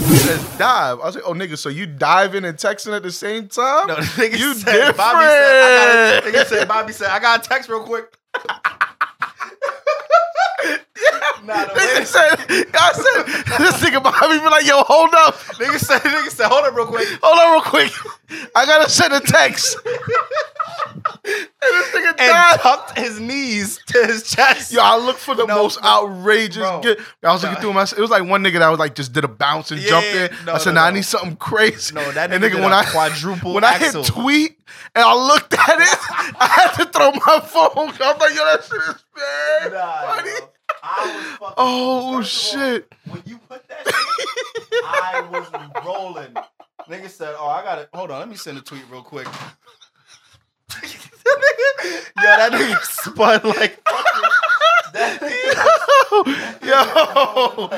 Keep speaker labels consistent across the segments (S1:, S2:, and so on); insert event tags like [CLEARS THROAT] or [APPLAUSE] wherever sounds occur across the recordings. S1: says dive. I was like, oh nigga, so you diving and texting at the same time? [LAUGHS]
S2: No, [LAUGHS] the nigga
S1: you
S2: said, Bobby said, I
S1: different.
S2: gotta, nigga said, Bobby said, I got to text real quick. [LAUGHS] nah,
S1: [LAUGHS]
S2: the way,
S1: Nigga said, I said, this nigga Bobby be like, yo, hold up,
S2: nigga said, nigga said, hold up real quick.
S1: hold on real quick. I gotta send a text. [LAUGHS] and this nigga
S2: And
S1: died.
S2: tucked his knees to his chest.
S1: Yo, I look for the most outrageous.
S2: bro.
S1: get- I was looking
S2: Nah.
S1: through my. It was like one nigga that was like just did a bounce and
S2: Yeah,
S1: jumped in.
S2: no,
S1: I said,
S2: no,
S1: "Nah, I
S2: no.
S1: need something crazy."
S2: No, that
S1: and
S2: nigga did
S1: when
S2: a
S1: I
S2: quadruple
S1: when I
S2: axel.
S1: hit tweet and I looked at it, [LAUGHS] I had to throw my phone. I was like, "Yo, that shit is bad."
S3: Nah,
S1: buddy."
S3: bro. I was fucking.
S1: Oh
S3: first of all,
S1: shit!
S3: when you put that, shit, I was rolling.
S2: Nigga said, "Oh, I got to Hold on, let me send a tweet real quick." [LAUGHS] Yo, that nigga spun like
S1: [LAUGHS]
S3: That, [LAUGHS]
S1: yo,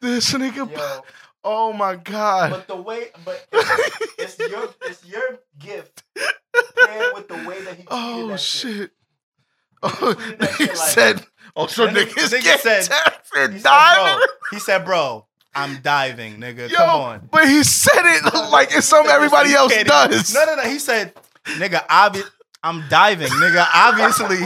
S1: this nigga.
S3: yo,
S1: Oh my god.
S3: but the way, but it's, it's your it's your gift paired with the way that he treated
S1: Oh
S3: that shit.
S1: shit. Oh,
S3: tweeted that
S1: [LAUGHS] he
S3: shit like-
S1: said. Oh, so
S2: That nigga-
S1: niggas
S2: nigga
S1: get
S2: said-
S1: tapped
S2: he
S1: and
S2: said, bro,
S1: diving.
S2: he said, "Bro, I'm diving, nigga.
S1: Yo,
S2: Come on."
S1: but he said it [LAUGHS] like it's something everybody
S2: You
S1: else
S2: can't even-
S1: does.
S2: No, no, no. He said, "Nigga, obvi- I'm diving, nigga. Obviously,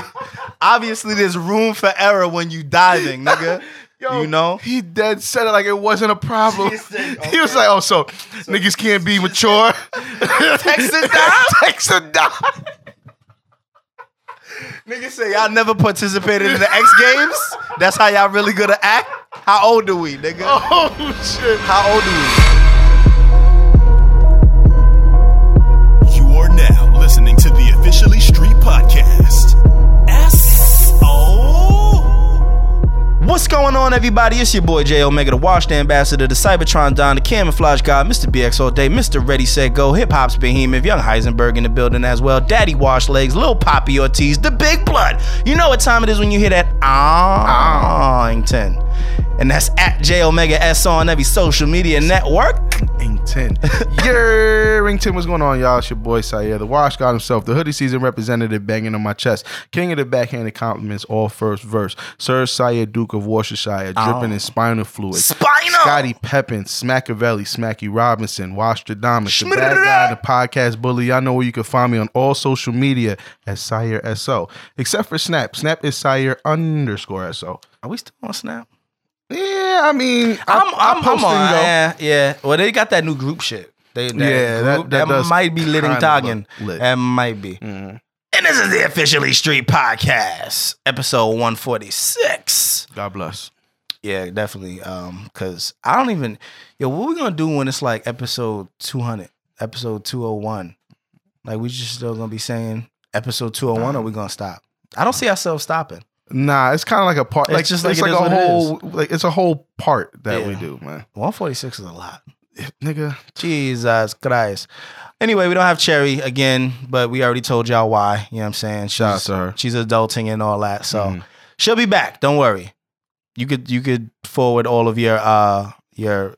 S2: obviously, there's room for error when you diving, nigga.
S1: [LAUGHS] Yo,
S2: you know."
S1: He dead said it like it wasn't a problem.
S3: He said,
S1: [LAUGHS] He was
S3: okay.
S1: like, "Oh, so, niggas can't be mature."
S3: [LAUGHS]
S1: Text [LAUGHS]
S2: and die?
S1: Text and die.
S2: Nigga say y'all never participated in the X Games. That's how y'all really good to act. How old are we,
S1: [LAUGHS]
S2: nigga?
S1: Oh shit.
S2: How old are
S4: You are now listening to the Officially Street Podcast. S O.
S2: we? What's going on, everybody? It's your boy J Omega, the washed ambassador, the Cybertron Don, the camouflage god, Mr. BX all day, Mr. Ready Set Go, hip hop's behemoth, young Heisenberg in the building as well, Daddy Wash Legs, Lil Poppy Ortiz, the Big Blood. You know what time it is when you hear that Arlington. And that's at J Omega S on every social media network. [LAUGHS]
S1: Rington. Yeah, Rington, what's going on, y'all? It's your boy Sayer, the wash god himself, the hoodie season representative banging on my chest. King of the backhanded compliments, all first verse. Sir Sayer, Duke of Worcestershire, dripping in spinal fluid.
S2: Oh. Spinal!
S1: Scotty Peppin, Smackavelli, Smacky Robinson, Washtradamus, the bad guy, the podcast bully. Y'all know where you can find me on all social media at Sire SO. Except for Snap. Snap is Sire underscore SO.
S2: Are we still on Snap?
S1: Yeah, I mean, I,
S2: I'm,
S1: I
S2: I'm, I'm
S1: posting,
S2: on.
S1: though.
S2: Yeah, yeah. Well, they got that new group shit. They, that
S1: Yeah, that-
S2: group,
S1: that does
S2: might be lit and
S1: kinda
S2: talking.
S1: look lit. Mm-hmm.
S2: That might be. And this is the officially Street Podcast, episode 146.
S1: God bless.
S2: Yeah, definitely. Um, cause I don't even. Yo, what we gonna do when it's like episode 200, episode 201? Like we just still gonna be saying episode 201, or we gonna stop? I don't see ourselves stopping.
S1: Nah, it's kind of like a part.
S2: It's
S1: like
S2: just
S1: it's
S2: like
S1: like a
S2: it is what it
S1: whole like it's a whole part that we
S2: Yeah.
S1: do, man.
S2: 146 is a lot.
S1: Nigga,
S2: Jesus Christ. Anyway, we don't have Cherry again, but we already told y'all why. You know what I'm saying? She's,
S1: Shout out to her.
S2: She's adulting and all that. So
S1: Mhm.
S2: she'll be back. Don't worry. You could you could forward all of your uh your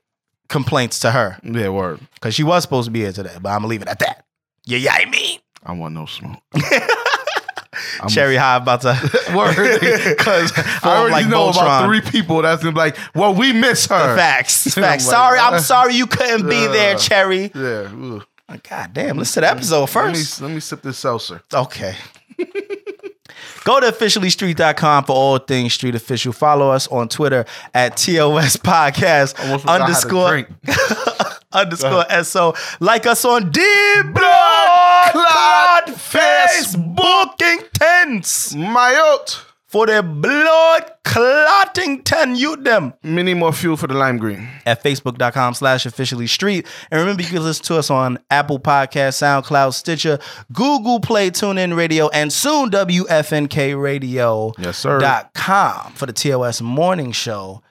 S2: complaints to her.
S1: yeah, word.
S2: Cause she was supposed to be here today, but I'm gonna leave it at that. Yeah, yeah, I mean.
S1: I want no
S2: [LAUGHS]
S1: smoke. I'm- [LAUGHS]
S2: Cherry [LAUGHS] High about to
S1: Word, because I
S2: Form
S1: already
S2: like
S1: know about
S2: Voltron.
S1: three people that's gonna be like, well, we miss her.
S2: [LAUGHS]
S1: [LAUGHS]
S2: facts.
S1: I'm
S2: Facts.
S1: like,
S2: sorry, I'm
S1: uh,
S2: sorry you couldn't be there,
S1: uh,
S2: Cherry.
S1: Yeah. ugh.
S2: God damn, listen to the episode
S1: Let me
S2: first.
S1: let me sip this seltzer.
S2: Okay. [LAUGHS] Go to officiallystreet.com for all things street official. Follow us on Twitter at TOS Podcast
S1: Almost forgot how to
S2: underscore
S1: drink.
S2: underscore SO. Like us on D
S1: Clot
S2: Blood Facebook Intense
S1: My oat.
S2: for the blood clotting 10 youth them
S1: Many more fuel for the lime green.
S2: at facebook.com slash officially street. And remember, you can listen to us on Apple Podcast, SoundCloud, Stitcher, Google Play, TuneIn Radio, and soon WFNK Radio.
S1: Yes, sir.
S2: Dot com for the TOS morning show.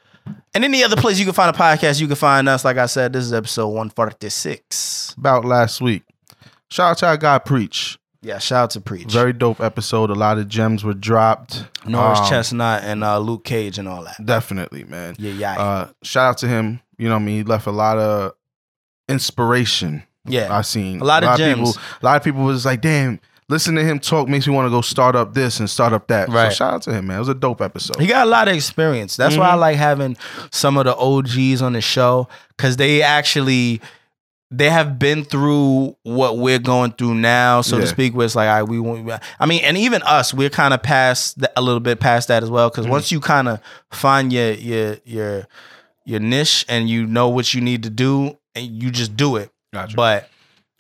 S2: And any other place you can find a podcast, you can find us. Like I said, this is episode 146.
S1: About last week. Shout out to our guy Preach.
S2: Yeah, shout out to Preach.
S1: Very dope episode. A lot of gems were dropped.
S2: Norris
S1: Um,
S2: Chestnut and uh, Luke Cage and all that.
S1: Definitely, man.
S2: Yeah, yeah.
S1: Uh, shout out to him. You know what I mean? He left a lot of inspiration.
S2: yeah.
S1: I seen
S2: A lot of gems.
S1: people. A lot of people was like, "Damn, Listen to him talk makes me want to go start up this and start up that.
S2: Right.
S1: So shout out to him, man. It was a dope episode.
S2: He got a lot of experience. That's why I like having some of the OGs on the show because they actually they have been through what we're going through now, so to
S1: Yeah.
S2: speak. Where it's like, all right, we won't. I mean, and even us, we're kind of past the, a little bit past that as well. Because once you kind of find your your your your niche and you know what you need to do, and you just do it.
S1: Gotcha.
S2: But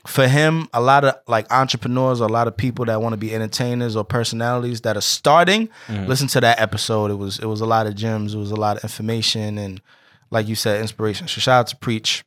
S2: for him, a lot of like entrepreneurs, a lot of people that want to be entertainers or personalities that are starting,
S1: Mm-hmm.
S2: listen to that episode. It was it was a lot of gems. It was a lot of information and like you said, inspiration. So shout out to Preach,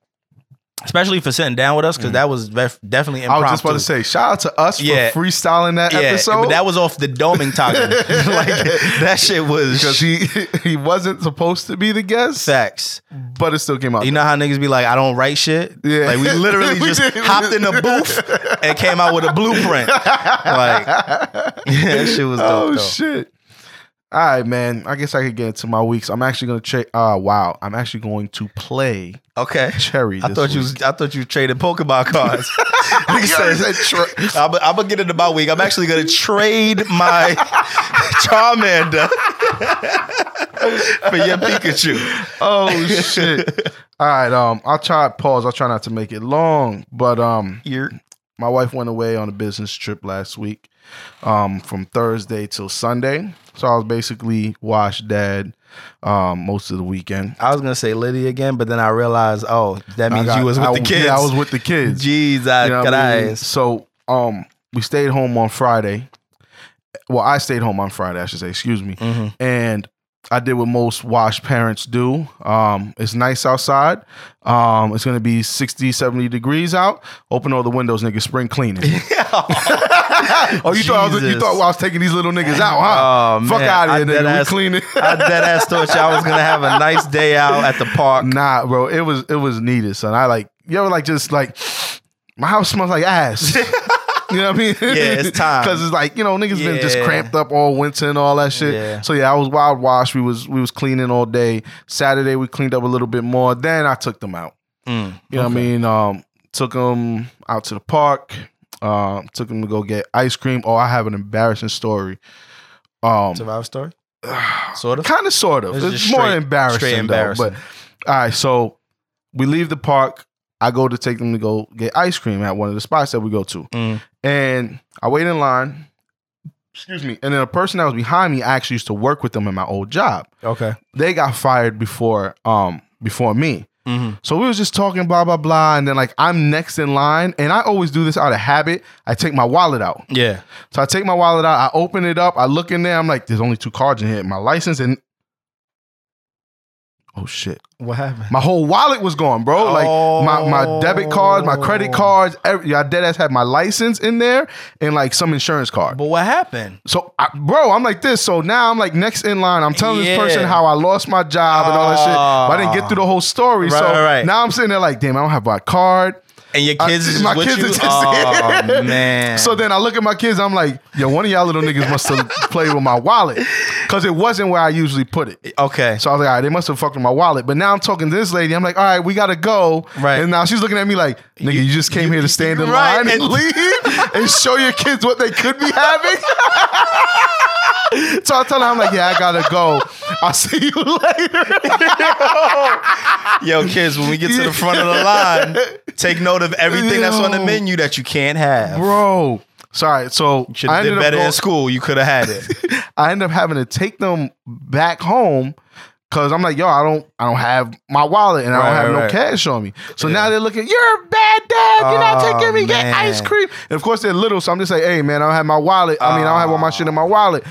S2: especially for sitting down with us because that was def- definitely
S1: Mm-hmm. I
S2: impromptu.
S1: was just about to say, shout out to us
S2: Yeah.
S1: for freestyling that
S2: yeah,
S1: episode.
S2: but that was off the
S1: [LAUGHS]
S2: doming talking. [LAUGHS] like that shit was
S1: because he [LAUGHS] he wasn't supposed to be the guest,
S2: facts.
S1: but it still came out.
S2: You know how niggas be like, I don't write shit.
S1: Yeah.
S2: Like we literally
S1: [LAUGHS] We
S2: just
S1: did.
S2: hopped in the booth and came out with a blueprint. Like [LAUGHS] that shit was dope.
S1: oh
S2: though.
S1: shit! All right, man. I guess I could get into my weeks. I'm actually gonna check. Uh, wow. I'm actually going to play
S2: Okay.
S1: Cherry.
S2: I
S1: this
S2: thought you
S1: week.
S2: was, I thought you traded
S1: [LAUGHS]
S2: Pokemon cards. [LAUGHS] Nigga
S1: Yeah, I
S2: said,
S1: said tra-
S2: [LAUGHS] I'm gonna get into my week. I'm actually gonna trade my
S1: [LAUGHS]
S2: Charmander for your Pikachu.
S1: oh shit! All right. Um, I'll try pause. I'll try not to make it long, but um,
S2: You're
S1: my wife went away on a business trip last week um, from Thursday till Sunday. So I was basically wash dad um, most of the weekend.
S2: I was gonna say Liddy again, but then I realized, oh, that means
S1: I got-
S2: you was with
S1: I-
S2: the kids.
S1: Yeah, I was with the
S2: [LAUGHS]
S1: kids.
S2: Jeez, I
S1: You know what I mean?
S2: [LAUGHS] guys.
S1: So um, we stayed home on Friday. Well, I stayed home on Friday, I should say, excuse me.
S2: [LAUGHS] Mhm.
S1: And I did what most wash parents do. Um, it's nice outside. Um, it's going to be 60, 70 degrees out. Open all the windows, nigga, spring cleaning.
S2: [LAUGHS]
S1: [LAUGHS] Oh, you thought I was, you
S2: Jesus.
S1: thought I was taking these little niggas out, huh?
S2: Oh, man.
S1: Fuck out
S2: I
S1: of here, nigga.
S2: deadass-
S1: We cleaning.
S2: I dead ass thought y'all was gonna have a nice day out at the park.
S1: nah, bro. It was it was needed, son. I like you ever like just like my house smells like ass.
S2: [LAUGHS]
S1: you know what I mean?
S2: Yeah,
S1: [LAUGHS]
S2: it's time.
S1: Because it's like you know niggas been just
S2: Yeah.
S1: cramped up all winter and all that shit.
S2: Yeah.
S1: So yeah, I was wild washed. We was we was cleaning all day. Saturday we cleaned up a little bit more. Then I took them out.
S2: Mm.
S1: You know what I mean? Um, took them out to the park. Um, took them to go get ice cream. Oh, I have an embarrassing story. Um, [SIGHS]
S2: Survivor story? Sort of.
S1: Kind of, sort of.
S2: It's
S1: It's,
S2: just
S1: more
S2: straight-
S1: embarrassing,
S2: straight
S1: though. But all right, so we leave the park. I go to take them to go get ice cream at one of the spots that we go to,
S2: Mm.
S1: and I wait in line. Excuse me. And then a person that was behind me I actually used to work with them in my old job.
S2: Okay.
S1: They got fired before um before me.
S2: Mm-hmm.
S1: So we was just talking blah blah blah, and then like I'm next in line, and I always do this out of habit. I take my wallet out.
S2: Yeah.
S1: So I take my wallet out, I open it up, I look in there, I'm like, there's only two cards in here. My license and Oh shit.
S2: What happened?
S1: My whole wallet was gone, bro. Like my, my debit cards, my credit
S2: Oh.
S1: cards, every, I dead ass had my license in there and like some insurance card.
S2: But what happened?
S1: So, I, bro, I'm like this. So now I'm like next in line. I'm telling
S2: Yeah.
S1: this person how I lost my job and all that shit. But I didn't get through the whole story.
S2: Right,
S1: so
S2: right, right.
S1: now I'm sitting there like, damn, I don't have my card.
S2: And your
S1: I-
S2: kids
S1: [LAUGHS]
S2: is
S1: my
S2: with
S1: kids
S2: you?
S1: is just-
S2: oh man.
S1: So then I look at my kids. I'm like, yo, one of y'all little niggas must
S2: [LAUGHS]
S1: have played with my wallet because it wasn't where I usually put it.
S2: okay.
S1: So I was like, all right, they must have fucked with my wallet. But now I'm talking to this lady. I'm like, all right, we gotta go.
S2: Right.
S1: And now she's looking at me like, nigga, you, just came here to stand in
S2: Right,
S1: line and,
S2: and- [LAUGHS]
S1: leave and show your kids what they could be having. [LAUGHS] so I tell her, I'm like, yeah, I gotta go. I'll see you [LAUGHS] later.
S2: Yo, kids, when we get to the
S1: [LAUGHS]
S2: front of the line, take note of everything that's on the
S1: Yo.
S2: menu that you can't have.
S1: Bro. Sorry. So
S2: Should have did better in school. You could have
S1: [LAUGHS]
S2: had it.
S1: I end up having to take them back home because I'm like, yo, I don't, I don't have my wallet and I
S2: Right,
S1: don't have
S2: right,
S1: no
S2: right.
S1: cash on me. So now they're looking, you're a bad dad. You're not
S2: Oh,
S1: taking me get ice
S2: man.
S1: cream. And of course they're little, so I'm just like, hey man, I don't have my wallet. I mean, I don't have all my shit in my wallet.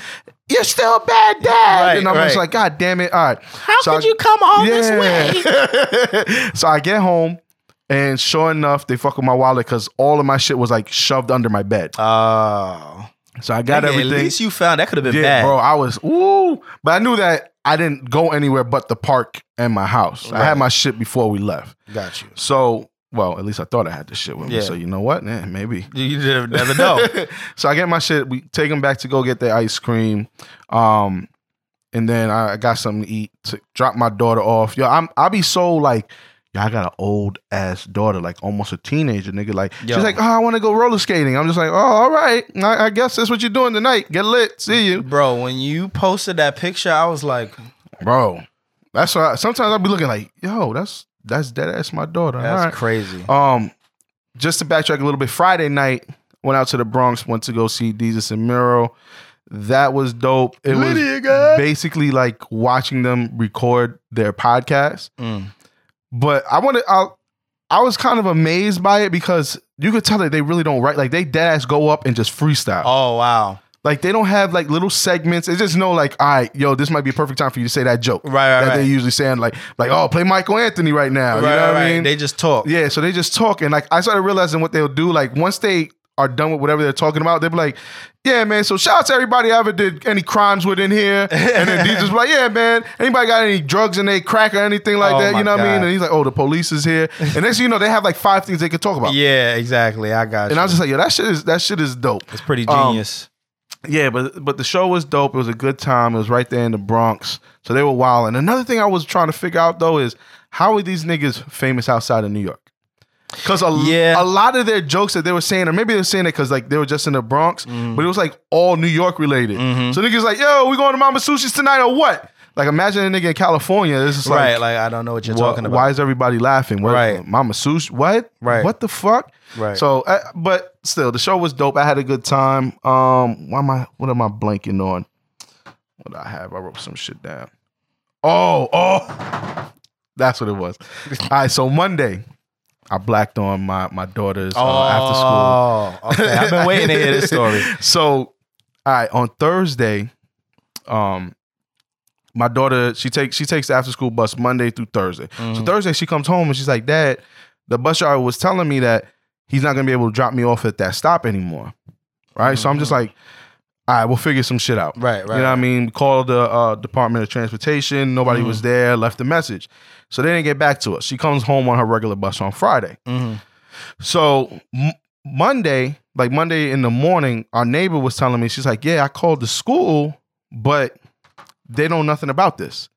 S1: You're still a bad dad.
S2: Right,
S1: and I'm just
S2: right.
S1: like, God damn it. All right. How
S2: could you come home this
S1: way? [LAUGHS] so I get home. And sure enough, they fuck with my wallet because all of my shit was like shoved under my bed.
S2: Oh.
S1: So I got
S2: Nigga,
S1: everything.
S2: At least you found that could have been
S1: Yeah,
S2: bad.
S1: bro, I was ooh, but I knew that I didn't go anywhere but the park and my house. I had my shit before we left.
S2: Got you.
S1: So, well, at least I thought I had the shit with
S2: Yeah.
S1: me. So you know what? Eh, maybe.
S2: You did- never know.
S1: [LAUGHS] so I get my shit. We take them back to go get their ice cream, um, and then I, I got something to eat. To drop my daughter off. Yo, I'm I'll be so like. yeah, I got an old ass daughter, like almost a teenager, nigga. Like
S2: Yo.
S1: she's like, oh, I want to go roller skating. I'm just like, oh, all right. I, I guess that's what you're doing tonight. Get lit. See you,
S2: Bro, when you posted that picture, I was like,
S1: bro. That's why sometimes I'll be looking like, yo, that's that's dead ass my daughter.
S2: that's
S1: All right.
S2: crazy.
S1: Um, just to backtrack a little bit, Friday night went out to the Bronx, went to go see Jesus and Miro. That was dope. It was basically like watching them record their podcast.
S2: Mm.
S1: But I wanted I, I was kind of amazed by it because you could tell that they really don't write. Like they dead ass go up and just freestyle.
S2: Oh wow.
S1: Like they don't have like little segments. It's just no like, all right, yo, this might be a perfect time for you to say that joke.
S2: Right, right,
S1: that
S2: right.
S1: they usually saying like, like, oh, play Michael Anthony right now.
S2: Right,
S1: you know
S2: right,
S1: what
S2: right.
S1: I mean?
S2: They just talk.
S1: Yeah, so they just talk and like I started realizing what they'll do. Like once they are done with whatever they're talking about, they'll be like, Yeah, man, so shout out to everybody I ever did any crimes with in
S2: [LAUGHS]
S1: here. And then DJ's like, Yeah, man, anybody got any drugs in their crack or anything like
S2: Oh,
S1: that?
S2: my
S1: You know what I
S2: God.
S1: mean? And he's like, Oh, the police is here. And next thing you know, they have like five things they could talk about.
S2: [LAUGHS] Yeah, exactly. I got
S1: And
S2: you.
S1: I was just like, yo, that shit is that shit is dope.
S2: it's pretty
S1: um,
S2: genius.
S1: Yeah, but but the show was dope. It was a good time. It was right there in the Bronx, so they were wild. And another thing I was trying to figure out though is how are these niggas famous outside of New York? Because a,
S2: Yeah.
S1: a lot of their jokes that they were saying, or maybe they were saying it because like they were just in the Bronx,
S2: Mm-hmm.
S1: but it was like all New York related. So niggas like, yo, we going to Mama Sushi's tonight or what? Like imagine a nigga in California. This is
S2: right,
S1: like,
S2: like I don't know what you're
S1: wha-
S2: talking about.
S1: Why is everybody laughing? What,
S2: Right.
S1: Mama Sush. What?
S2: Right.
S1: What the fuck?
S2: Right.
S1: So, uh, but still, the show was dope. I had a good time. Um, why am I? What am I blanking on? What I have? I wrote some shit down. Oh, oh, that's what it
S2: [LAUGHS]
S1: was. All right. So Monday, I blacked on my my daughter's uh, after school
S2: Oh, [LAUGHS] okay. I've been waiting to hear this story.
S1: [LAUGHS] so, all right, on Thursday, um, my daughter she takes she takes the after school bus Monday through Thursday. So
S2: Mm-hmm.
S1: Thursday she comes home and she's like, "Dad, the bus driver was telling me that he's not gonna be able to drop me off at that stop anymore." Right. So I'm just like, "All right, we'll figure some shit out."
S2: Right, right.
S1: You know what I mean? Called the uh, Department of Transportation. Nobody was there. Left a message. So they didn't get back to us. She comes home on her regular bus on Friday.
S2: Mhm.
S1: So m- Monday, like Monday in the morning, our neighbor was telling me, she's like, yeah, I called the school, but they know nothing about this.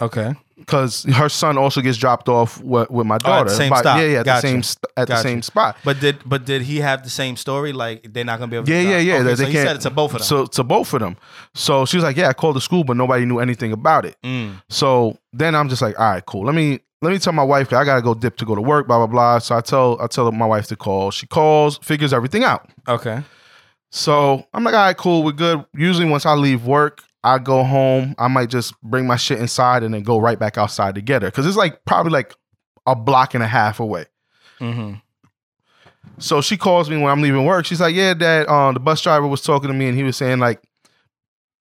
S2: Okay.
S1: Because her son also gets dropped off with, with my
S2: Oh, at the
S1: daughter.
S2: same
S1: By-
S2: stop.
S1: Yeah, yeah, at,
S2: Gotcha.
S1: the, same st- at the
S2: Gotcha.
S1: same spot.
S2: But did but did he have the same story? Like they're not gonna be able.
S1: Yeah,
S2: to
S1: yeah, yeah.
S2: Okay,
S1: that
S2: so
S1: they
S2: he
S1: can't-
S2: said it to both of them.
S1: So to both of them. So she was like, yeah, I called the school, but nobody knew anything about it.
S2: Mm.
S1: So then I'm just like, all right, cool. Let me let me tell my wife 'cause I gotta go dip to go to work, blah blah blah. So I tell I tell my wife to call. She calls, figures everything out.
S2: Okay.
S1: So I'm like, all right, cool, we're good. Usually once I leave work, I go home. I might just bring my shit inside and then go right back outside to get her because it's like probably like a block and a half away.
S2: hmm
S1: So she calls me when I'm leaving work. She's like, "Yeah, Dad. Um, the bus driver was talking to me, and he was saying like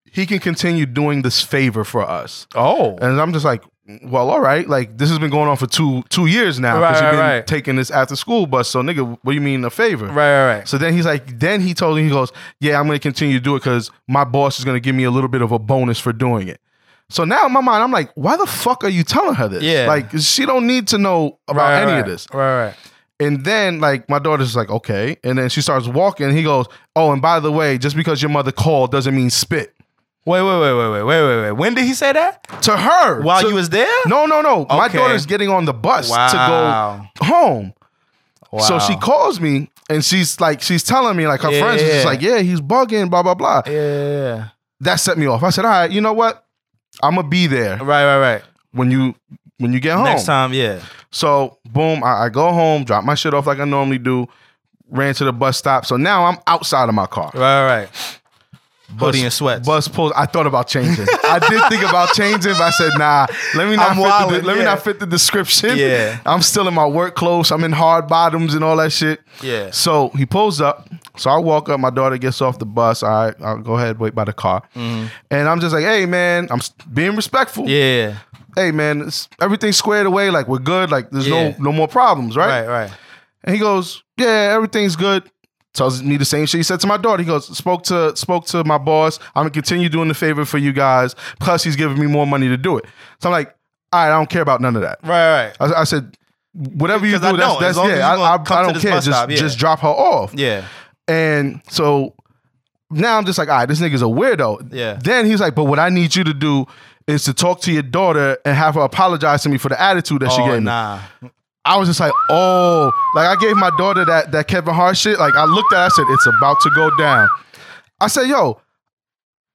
S1: he can continue doing this favor for us."
S2: Oh.
S1: And I'm just like, well, all right. Like this has been going on for two two years now. 'cause
S2: Right,
S1: you've been
S2: right, right.
S1: taking this after school bus. So nigga, what do you mean a favor?
S2: Right, right, right.
S1: So then he's like, then he told me he goes, yeah, I'm gonna continue to do it because my boss is gonna give me a little bit of a bonus for doing it. So now in my mind, I'm like, why the fuck are you telling her this?
S2: Yeah.
S1: like she don't need to know about
S2: right,
S1: any
S2: right.
S1: of this.
S2: Right, right.
S1: And then like my daughter's like, okay. And then she starts walking. he goes, oh, and by the way, just because your mother called doesn't mean spit
S2: Wait, wait, wait, wait, wait, wait, wait, wait. When did he say that?
S1: to her
S2: While
S1: To-
S2: you was there?
S1: No, no, no. My
S2: Okay.
S1: daughter's getting on the bus
S2: Wow.
S1: to go home.
S2: Wow.
S1: So she calls me and she's like, she's telling me, like her
S2: Yeah,
S1: friends is
S2: yeah.
S1: just like, yeah, he's bugging, blah, blah, blah.
S2: Yeah, yeah,
S1: That set me off. I said, all right, you know what? I'm gonna be there
S2: yeah. Right, right, right.
S1: when you when you get home.
S2: Next time, yeah.
S1: So boom, I, I go home, drop my shit off like I normally do, ran to the bus stop. So now I'm outside of my car.
S2: Right, right, right. Hoodie and sweats.
S1: Bus pulls. I thought about changing. I did think about changing, but I said, nah, let me not,
S2: I'm
S1: fit, the,
S2: wildin',
S1: let me
S2: yeah.
S1: not fit the description.
S2: Yeah.
S1: I'm still in my work clothes. I'm in hard bottoms and all that shit.
S2: Yeah.
S1: So he pulls up. So I walk up. My daughter gets off the bus. All right, I'll go ahead, wait by the car. And I'm just like, hey, man, I'm s- being respectful.
S2: Mm-hmm. Yeah.
S1: Hey, man, it's, everything's squared away. Like, we're good. Like, there's
S2: Yeah.
S1: no, no more problems, right?
S2: Right, right.
S1: And he goes, "Yeah, everything's good." Tells me the same shit he said to my daughter. He goes, "Spoke to spoke to my boss. I'm gonna continue doing the favor for you guys. Plus, he's giving me more money to do it." So I'm like, "All right, I don't care about none of that."
S2: Right, right.
S1: I, I said, "Whatever you
S2: 'Cause
S1: do,
S2: I
S1: that's,
S2: don't.
S1: that's
S2: As long as
S1: yeah. I,
S2: you
S1: I,
S2: gonna come
S1: I
S2: to
S1: don't
S2: this
S1: care.
S2: bus
S1: Just
S2: stop, yeah.
S1: just drop her off."
S2: Yeah.
S1: And so now I'm just like, all right, this nigga's a weirdo.
S2: Yeah.
S1: Then he's like, but what I need you to do is to talk to your daughter and have her apologize to me for the attitude that she
S2: oh,
S1: gave me.
S2: nah.
S1: I was just like, oh, like I gave my daughter that that Kevin Hart shit. Like I looked at, her, I said, it's about to go down. I said, yo,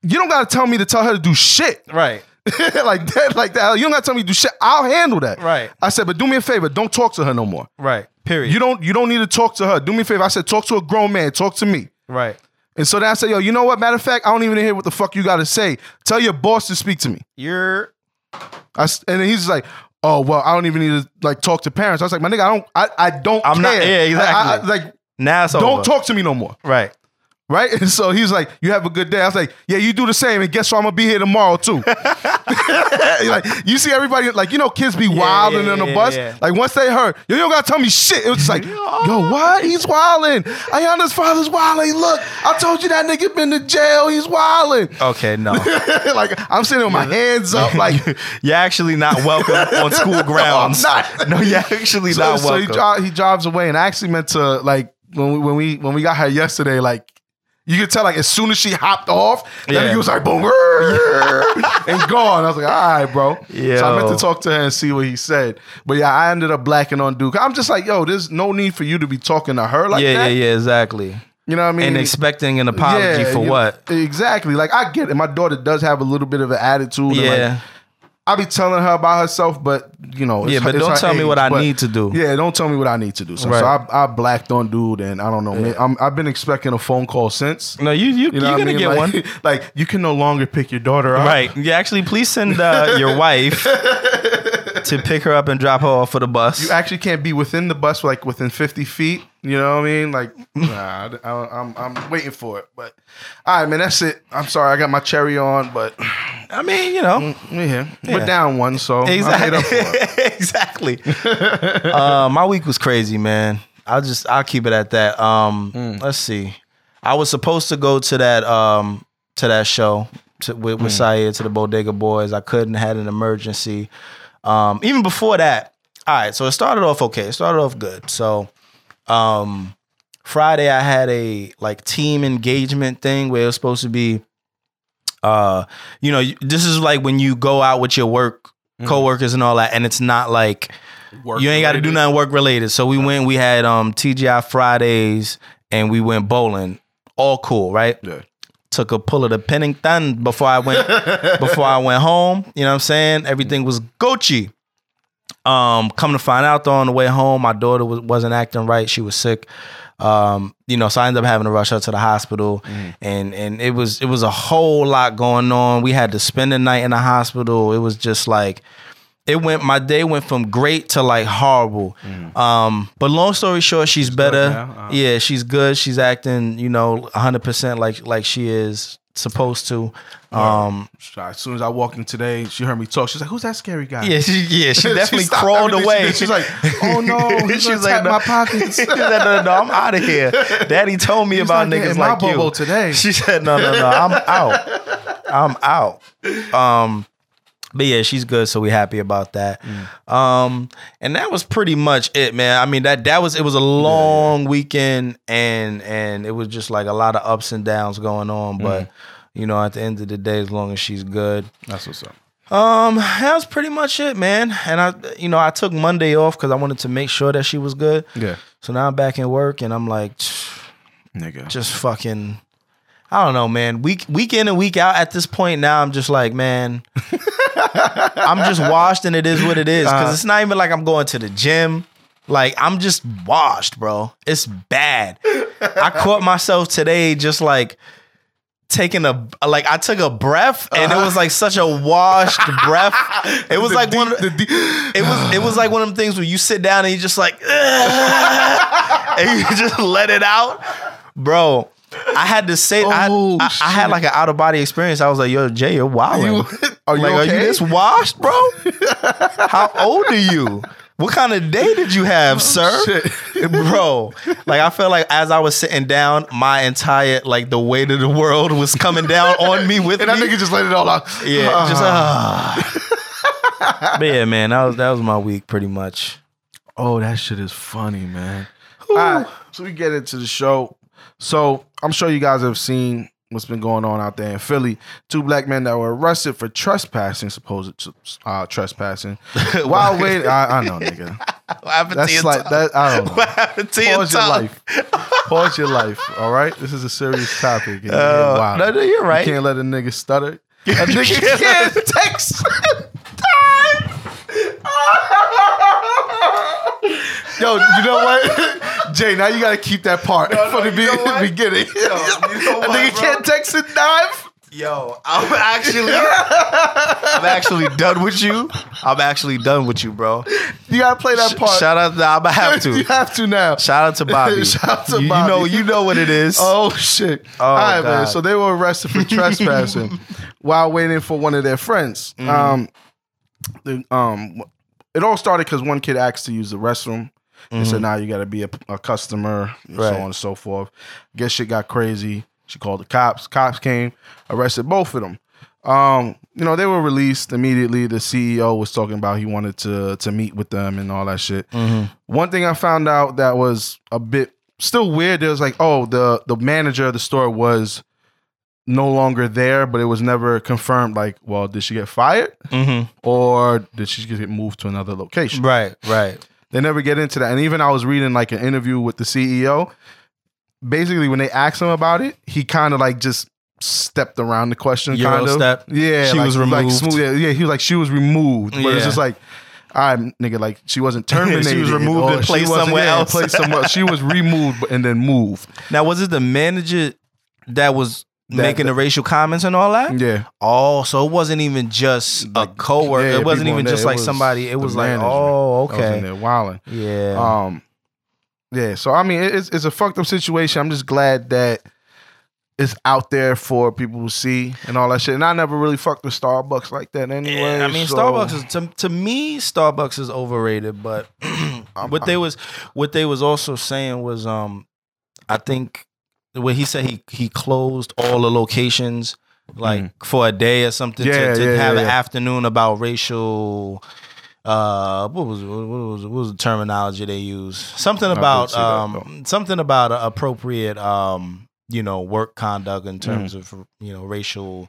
S1: you don't gotta tell me to tell her to do shit. [LAUGHS]
S2: Right.
S1: like that, like that. You don't gotta tell me to do shit. I'll handle that.
S2: Right.
S1: I said, but do me a favor, don't talk to her no more.
S2: Right. Period.
S1: You don't you don't need to talk to her. Do me a favor. I said, talk to a grown man, talk to me.
S2: right.
S1: And so then I said, yo, you know what? Matter of fact, I don't even hear what the fuck you gotta say. Tell your boss to speak to me.
S2: You're
S1: I s and then he's like, oh well, I don't even need to like talk to parents. I was like, my nigga, I don't, I, I don't.
S2: I'm not-
S1: care.
S2: yeah,
S1: I- I-
S2: exactly.
S1: like,
S2: now it's
S1: don't
S2: over.
S1: talk to me no more,
S2: Right.
S1: right? [LAUGHS] And so he's like, you have a good day. I was like, yeah, you do the same. And guess what? I'm gonna be here tomorrow too. [LAUGHS] like, you see everybody, like you know, kids be wilding
S2: yeah,
S1: on the
S2: yeah,
S1: bus.
S2: yeah.
S1: Like once they heard, yo, you don't gotta tell me shit. It was just like, yo, what? He's wilding. Ayana's father's wilding. Look, I told you that nigga been to jail. He's wilding.
S2: Okay. No.
S1: [LAUGHS] like I'm sitting with my hands up,
S2: [LAUGHS]
S1: like. "Oh,
S2: you're actually not welcome
S1: [LAUGHS]
S2: on school grounds.
S1: not.
S2: No, [LAUGHS] you're actually
S1: so,
S2: not
S1: so he,
S2: welcome.
S1: dri- he drives away, and I actually meant to like when we when we when we got her yesterday, like. You could tell, like, as soon as she hopped off,
S2: Yeah.
S1: then he was like, boom, grrr, and gone. I was like, all right, bro. So I meant
S2: Yo.
S1: to talk to her and see what he said. But yeah, I ended up blacking on Duke. I'm just like, yo, there's no need for you to be talking to her like
S2: yeah,
S1: that.
S2: yeah, yeah, exactly.
S1: You know what I mean?
S2: And expecting an apology
S1: Yeah,
S2: for
S1: you-
S2: what?
S1: Exactly. Like, I get it. My daughter does have a little bit of an attitude. Yeah.
S2: Yeah.
S1: I'll be telling her about herself, but you know, it's
S2: Yeah,
S1: her-
S2: but
S1: it's
S2: don't
S1: her
S2: tell me
S1: age,
S2: what I
S1: but-
S2: need to do.
S1: Yeah, don't tell me what I need to do. So, so
S2: Right.
S1: I, I blacked on dude, and I don't know. man, I'm, I've been expecting a phone call since.
S2: No, you you, you
S1: know
S2: are
S1: what I
S2: gonna
S1: mean?
S2: get
S1: like,
S2: one.
S1: Like [LAUGHS] you can no longer pick your daughter up.
S2: Right. You actually please send uh,
S1: [LAUGHS]
S2: your wife to pick her up and drop her off for the bus.
S1: You actually can't be within the bus, like within 50 feet. You know what I mean?
S2: [LAUGHS]
S1: Like, nah, I, am I'm waiting for it. But all right, man, that's it. I'm sorry, I got my cherry on, but [CLEARS THROAT]
S2: I mean, you know.
S1: we're here. We're down one, so I made up for
S2: Exactly.
S1: it.
S2: [LAUGHS] exactly. uh, my week was crazy, man. I'll just I'll keep it at that. Um,
S1: Mm.
S2: Let's see. I was supposed to go to that um, to that show to, with,
S1: Mm.
S2: with Syed to the Bodega Boys. I couldn't. Had an emergency. Um, even before that, all right. So it started off okay. It started off good. So um, Friday I had a like team engagement thing where it was supposed to be. Uh, you know, you- this is like when you go out with your work coworkers and all that, and it's not like you ain't got to do nothing work related. So we went, we had um TGI Fridays, and we went bowling. All cool, right?
S1: Yeah.
S2: Took a pull of the Pennington before I went before I went home. You know what I'm saying? Everything was Gucci. Um, come to find out though, on the way home, my daughter was, wasn't acting right. She was sick. Um, you know, so I ended up having to rush her to the hospital,
S1: Mm-hmm.
S2: and and it was it was a whole lot going on. We had to spend the night in the hospital. It was just like it went. My day went from great to like horrible. Um, but long story short, she's, better.
S1: Mm-hmm. now? Uh-huh.
S2: Yeah, she's good. She's acting, you know, hundred percent like like she is supposed to. Um,
S1: As soon as I walked in today, she heard me talk. She's like, "Who's that scary guy?"
S2: Yeah, she, yeah, she
S1: [LAUGHS] She
S2: definitely
S1: stopped
S2: crawled
S1: everything
S2: away.
S1: She did. [LAUGHS] She's like, "Oh
S2: [LAUGHS]
S1: no, he's
S2: She's
S1: gonna
S2: like,
S1: tap
S2: no.
S1: my pockets."
S2: [LAUGHS] She said, no, no, no, I'm out of here. Daddy told me about
S1: not
S2: niggas
S1: getting my
S2: like you.
S1: bobo today.
S2: She said, no, no, no, I'm out. I'm out. Um, but yeah, she's good, so we happy about that.
S1: Mm.
S2: Um, and that was pretty much it, man. I mean that that was it was a long weekend, and and it was just like a lot of ups and downs going on.
S1: Mm.
S2: But you know, at the end of the day, as long as she's good,
S1: That's what's up.
S2: um, that was pretty much it, man. And I, you know, I took Monday off because I wanted to make sure that she was good.
S1: Yeah,
S2: So now I'm back in work, and I'm like,
S1: nigga.
S2: just fucking, I don't know, man. Week week in and week out. At this point now, I'm just like, man, I'm just washed, and it is what it is. Because it's not even like I'm going to the gym. Like I'm just washed, bro. It's bad. I caught myself today just like taking a like I took a breath and it was like such a washed
S1: [LAUGHS]
S2: breath. It was like one of- it was it was like one of them things where you sit down and you just like [LAUGHS] "Ugh," and you just let it out. Bro, I had to say I,
S1: Oh,
S2: I, I had
S1: shit.
S2: like an out of body experience. I was like, yo, Jay, you're wilding.
S1: Are you [LAUGHS]
S2: Like, are you
S1: okay?
S2: this washed, bro? How old are you? What kind of day did you have,
S1: Oh,
S2: sir? [LAUGHS] bro. Like I felt like as I was sitting down, my entire like the weight of the world was coming down on me with
S1: [LAUGHS] and
S2: me.
S1: that nigga just let it all out.
S2: yeah, just ah. but yeah, man, that was that was my week pretty much.
S1: Oh, that shit is funny, man. All right, so we get into the show. So I'm sure you guys have seen what's been going on out there in Philly. Two black men that were arrested
S2: [LAUGHS]
S1: for trespassing, supposed uh, trespassing, while waiting. I, I know, nigga.
S2: What happened to
S1: That's
S2: your
S1: like
S2: tongue?
S1: that. I don't know.
S2: [LAUGHS] What happened to
S1: Pause
S2: your
S1: your
S2: tongue?
S1: life. Pause your life. All right. This is a serious topic. and
S2: [LAUGHS] Uh,
S1: you're wild.
S2: no, no, you're right.
S1: You can't let a nigga stutter. A
S2: [LAUGHS] You
S1: nigga
S2: can't
S1: can't
S2: let- [LAUGHS]
S1: text. Yo, you know
S2: [LAUGHS]
S1: what, Jay? Now you gotta keep that part for the, be-
S3: know what?
S1: beginning.
S3: Yo, you know
S1: [LAUGHS] a
S3: what,
S1: nigga
S3: bro?
S1: can't text and dive.
S2: Yo, I'm actually, I'm actually done with you. I'm actually done with you, bro.
S1: You gotta play that part. [LAUGHS]
S2: Shout out, nah, I'm gonna have
S1: you [LAUGHS]
S2: to.
S1: have to now.
S2: Shout out to
S1: [LAUGHS]
S2: Bobby.
S1: Shout out to
S2: you,
S1: Bobby.
S2: You know, you know what it is.
S1: Oh shit! All right, man.
S2: God.
S1: So they were arrested for trespassing while waiting for one of their friends. Um, the, um, it all started because one kid asked to use the restroom. They said, "Now you got to be a, a customer," and
S2: Right.
S1: so on and so forth. Guess shit got crazy. She called the cops. Cops came, arrested both of them. Um, you know, they were released immediately. The CEO was talking about he wanted to to meet with them and all that shit. One thing I found out that was a bit still weird. It was like, oh, the the manager of the store was no longer there, but it was never confirmed. Like, well, did she get fired
S2: Mm-hmm.
S1: or did she get moved to another location?
S2: Right, right.
S1: They never get into that. And even I was reading like an interview with the CEO. Basically, when they asked him about it, he kind of like just stepped around the question.
S2: Euro
S1: kind of
S2: step.
S1: Yeah,
S2: She
S1: like-
S2: was
S1: like
S2: removed.
S1: smooth- yeah, yeah, he was like she was removed, but
S2: Yeah.
S1: it's just like. I nigga, like she
S2: [LAUGHS]
S1: wasn't terminated.
S2: removed
S1: or
S2: and
S1: she
S2: placed
S1: wasn't-
S2: somewhere
S1: yeah,
S2: else.
S1: Placed somewhere. She was removed and then
S2: [LAUGHS]
S1: moved.
S2: Now, was it the manager that was
S1: That-
S2: making the racial comments and all that?
S1: Yeah,
S2: Oh, so it wasn't even just a coworker.
S1: Yeah,
S2: it wasn't
S1: people in
S2: even
S1: there.
S2: just
S1: It
S2: like
S1: was
S2: somebody.
S1: the
S2: It was like,
S1: manager
S2: oh,
S1: that was in
S2: okay,
S1: there wilding.
S2: yeah,
S1: Um, yeah. So I mean, it- it's it's a fucked up situation. I'm just glad that it's out there for people to see and all that shit. And I never really fucked with Starbucks like that anyway.
S2: Yeah, I mean,
S1: so-
S2: Starbucks is to, to me, Starbucks is overrated. But [CLEARS THROAT] what they was what they was also saying was, um, I think what he said he he closed all the locations like for a day or something
S1: Mm. Yeah,
S2: to, to
S1: yeah,
S2: have
S1: yeah,
S2: an
S1: yeah.
S2: afternoon about racial. Uh, what was what was what was the terminology they used? Something
S1: didn't
S2: about
S1: see that,
S2: um, something about a- appropriate um, you know, work conduct in
S1: Mm-hmm.
S2: terms of you know racial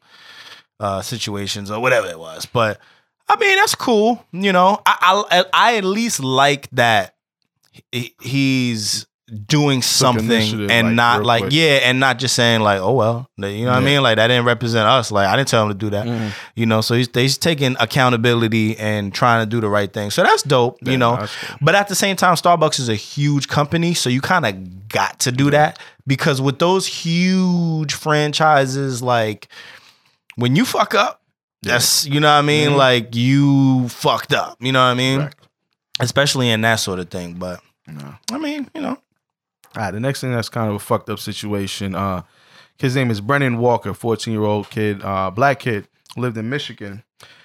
S2: uh, situations or whatever it was. But I mean, that's cool. You know, I I, I at least like that he- he's doing something
S1: initiative,
S2: and
S1: like,
S2: not
S1: real
S2: like
S1: quick.
S2: yeah, and not just saying like oh well, you know what I
S1: Yeah.
S2: mean? Like that didn't represent us. Like I didn't tell him to do that.
S1: Mhm.
S2: You know, so he's he's taking accountability and trying to do the right thing. So that's dope.
S1: Yeah,
S2: you know,
S1: that's cool.
S2: but at the same time, Starbucks is a huge company, so you kind of got to do that because with those huge franchises, like when you fuck up, that's you know what I mean.
S1: Mhm.
S2: Like you fucked up, you know what I mean.
S1: Correct.
S2: Especially in that sort of thing, but
S1: No.
S2: I mean, you know,
S1: All right, the next thing that's kind of a fucked up situation. Uh, his name is Brennan Walker, 14 year old kid, uh, black kid, lived in Michigan.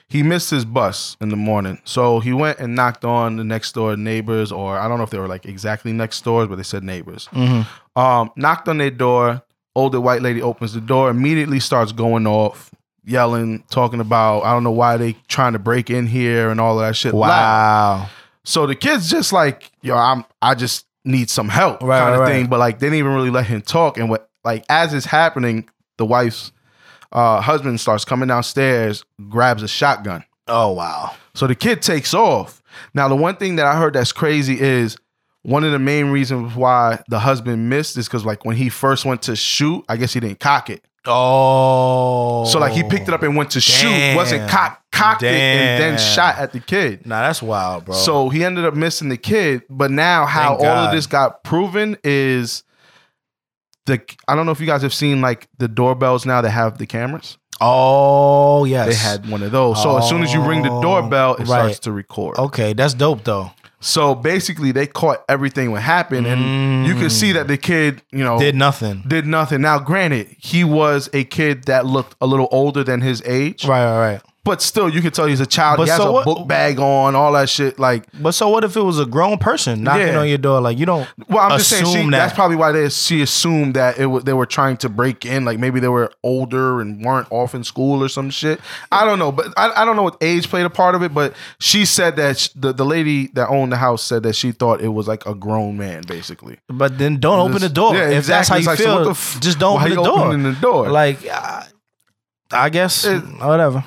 S1: He missed his bus in the morning. So he went and knocked on the next door neighbors, or I don't know if they were like exactly next doors, but they said neighbors. Um, knocked on their door. Older white lady opens the door, immediately starts going off, yelling, talking about, I don't know why they trying to break in here and all of that shit. Like,
S2: wow,
S1: so the kid's just like, yo, I'm I just need some help
S2: Right,
S1: kind of
S2: right, right.
S1: thing. But like they didn't even really let him talk. And what like as it's happening, the wife's uh, husband starts coming downstairs, grabs a shotgun.
S2: oh wow,
S1: So the kid takes off. Now the one thing that I heard that's crazy is one of the main reasons why the husband missed is because like when he first went to shoot, I guess he didn't cock it.
S2: oh,
S1: So like he picked it up and went to shoot, wasn't
S2: Damn.
S1: cock cocked it, and then
S2: Damn.
S1: shot at the kid.
S2: Nah, that's wild, bro.
S1: So he ended up missing the kid, but now how
S2: Thank
S1: all of
S2: God.
S1: this got proven is the I don't know if you guys have seen like the doorbells now that have the cameras.
S2: oh yes,
S1: They had one of those. So as soon as you ring the doorbell, it
S2: Oh,
S1: starts
S2: right.
S1: to record.
S2: Okay, that's dope though.
S1: So basically they caught everything what happened and you can see that the kid, you know,
S2: Mm. Did nothing.
S1: did nothing. Now granted, he was a kid that looked a little older than his age,
S2: Right, right, right.
S1: but still you could tell he's a child.
S2: But
S1: he has
S2: so
S1: a
S2: what-
S1: book bag on, all that shit like
S2: But so what if it was a grown person knocking
S1: Yeah.
S2: on your door? Like you don't.
S1: Well, I'm
S2: assume
S1: just saying she,
S2: that.
S1: that's probably why they she assumed that it was they were trying to break in, like maybe they were older and weren't off in school or some shit. I don't know, but I, I don't know what age played a part of it. But she said that sh the the lady that owned the house said that she thought it was like a grown man, basically.
S2: but then don't open the
S1: This-
S2: door.
S1: yeah,
S2: if that's
S1: exactly.
S2: how you
S1: It's like, so
S2: feel,
S1: what the f-
S2: just don't
S1: why
S2: open the
S1: you
S2: door.
S1: opening Oh, the door?
S2: Like, I, I guess
S1: It-
S2: whatever.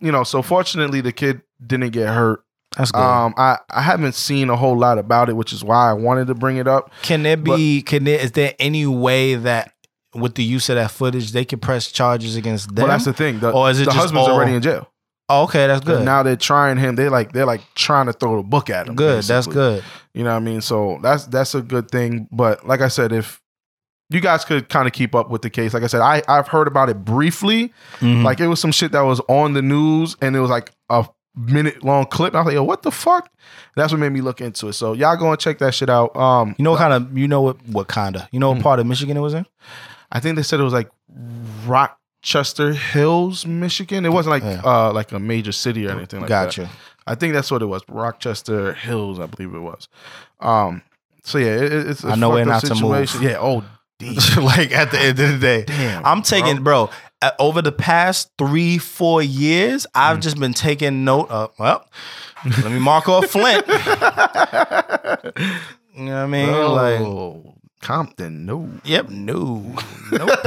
S1: You know, so fortunately the kid didn't get hurt.
S2: That's good.
S1: Um, I, I haven't seen a whole lot about it, which is why I wanted to bring it up.
S2: Can there be? can there? Is there any way that with the use of that footage they could press charges against them?
S1: Well, that's the thing. The,
S2: Or is it
S1: the
S2: just
S1: husband's
S2: all-
S1: already in jail.
S2: oh, okay, that's good.
S1: Now they're trying him. They like they're like trying to throw the book at him.
S2: good. That's
S1: basically.
S2: good.
S1: You know what I mean? So that's that's a good thing. But like I said, if you guys could kind of keep up with the case, like I said, I I've heard about it briefly.
S2: Mhm.
S1: Like it was some shit that was on the news, and it was like a minute long clip. And I was like, yo, what the fuck? That's what made me look into it. So y'all go and check that shit out. Um,
S2: you know what kind of? You know what? What kind of? You know what
S1: Mm-hmm.
S2: part of Michigan it was in?
S1: I think they said it was like Rochester Hills, Michigan. It wasn't like
S2: Yeah.
S1: uh like a major city or anything like that.
S2: gotcha.
S1: I think that's what it was. Rochester Hills, I believe it was. Um, so yeah, it, it- it's. I
S2: I know where not to move.
S1: Yeah. Oh, deep.
S2: [LAUGHS] like at the end of the day,
S1: Damn,
S2: I'm taking, bro. uh, over the past three, four years,
S1: Mm.
S2: I've just been taking note of. Well, let me mark
S1: [LAUGHS]
S2: off Flint. you know what I mean? Like,
S1: oh, Compton. No.
S2: yep, no,
S1: [LAUGHS]
S2: nope.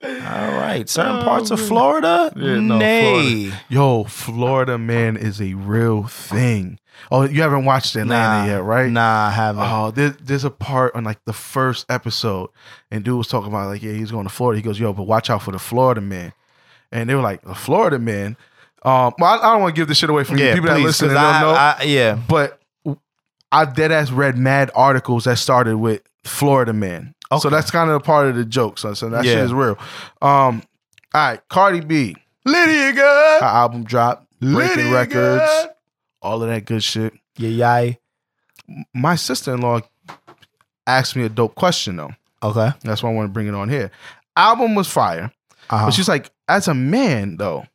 S2: All right, certain parts of Florida,
S1: Oh, Yeah, no,
S2: nay.
S1: Yo, Florida man is a real thing. Oh, you haven't watched Atlanta
S2: Nah,
S1: yet, right?
S2: Nah, I haven't.
S1: Oh, there, there's a part on like the first episode, and dude was talking about like, yeah, he's going to Florida. He goes, yo, but watch out for the Florida man. And they were like, the Florida man. Um, well, I, I don't want to give this shit away from you.
S2: yeah,
S1: People that
S2: please,
S1: listen and
S2: 'cause
S1: don't
S2: I-
S1: know.
S2: I- yeah,
S1: but I've dead ass read mad articles that started with Florida man. So
S2: Okay.
S1: that's kind of a part of the joke. So, so that shit
S2: Yeah.
S1: is real. Um, all right, Cardi B,
S2: Lydia good.
S1: her album drop, breaking
S2: Lydia
S1: records,
S2: good.
S1: all of that good shit.
S2: Yeah, yeah.
S1: My sister in law asked me a dope question though.
S2: Okay.
S1: That's why I want to bring it on here. Album was fire,
S2: Uh-huh.
S1: but she's like, as a man though,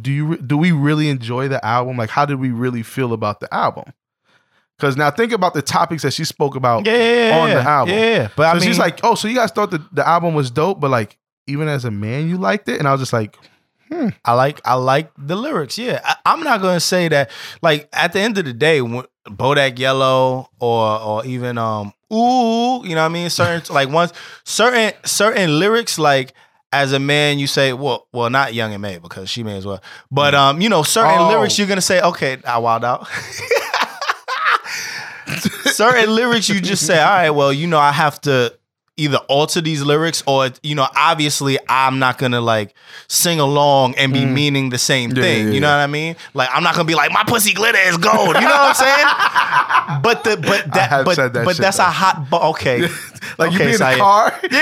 S1: do you re- do we really enjoy the album? Like, how did we really feel about the album? Because now think about the topics that she spoke about
S2: yeah, yeah, yeah,
S1: on the
S2: yeah.
S1: album.
S2: Yeah, yeah. but I
S1: so
S2: mean,
S1: she's like, oh, so you guys thought the, the album was dope, but like even as a man, you liked it, and I was just like,
S2: I like I like the lyrics. Yeah, I, I'm not gonna say that. Like at the end of the day, when Bodak Yellow or or even um ooh, you know what I
S1: [LAUGHS]
S2: mean. Certain like once certain certain lyrics like. As a man, you say, well, well, not Young and May because she may as well. But um, you know, certain
S1: Oh.
S2: lyrics you're gonna say, okay, I wild out. [LAUGHS] certain lyrics you just say, all right, well, you know, I have to either alter these lyrics or you know, obviously I'm not gonna like sing along and be meaning the same
S1: Mm. Yeah,
S2: thing.
S1: yeah,
S2: you know what I mean? Like I'm not gonna be like my pussy glitter is gold. You know what
S1: [LAUGHS]
S2: I'm saying? but the but that
S1: have
S2: but,
S1: said that
S2: but
S1: shit,
S2: that's
S1: though.
S2: a hot but okay.
S1: [LAUGHS] like you
S2: Okay,
S1: be in
S2: Syed.
S1: the car,
S2: Yeah,
S1: and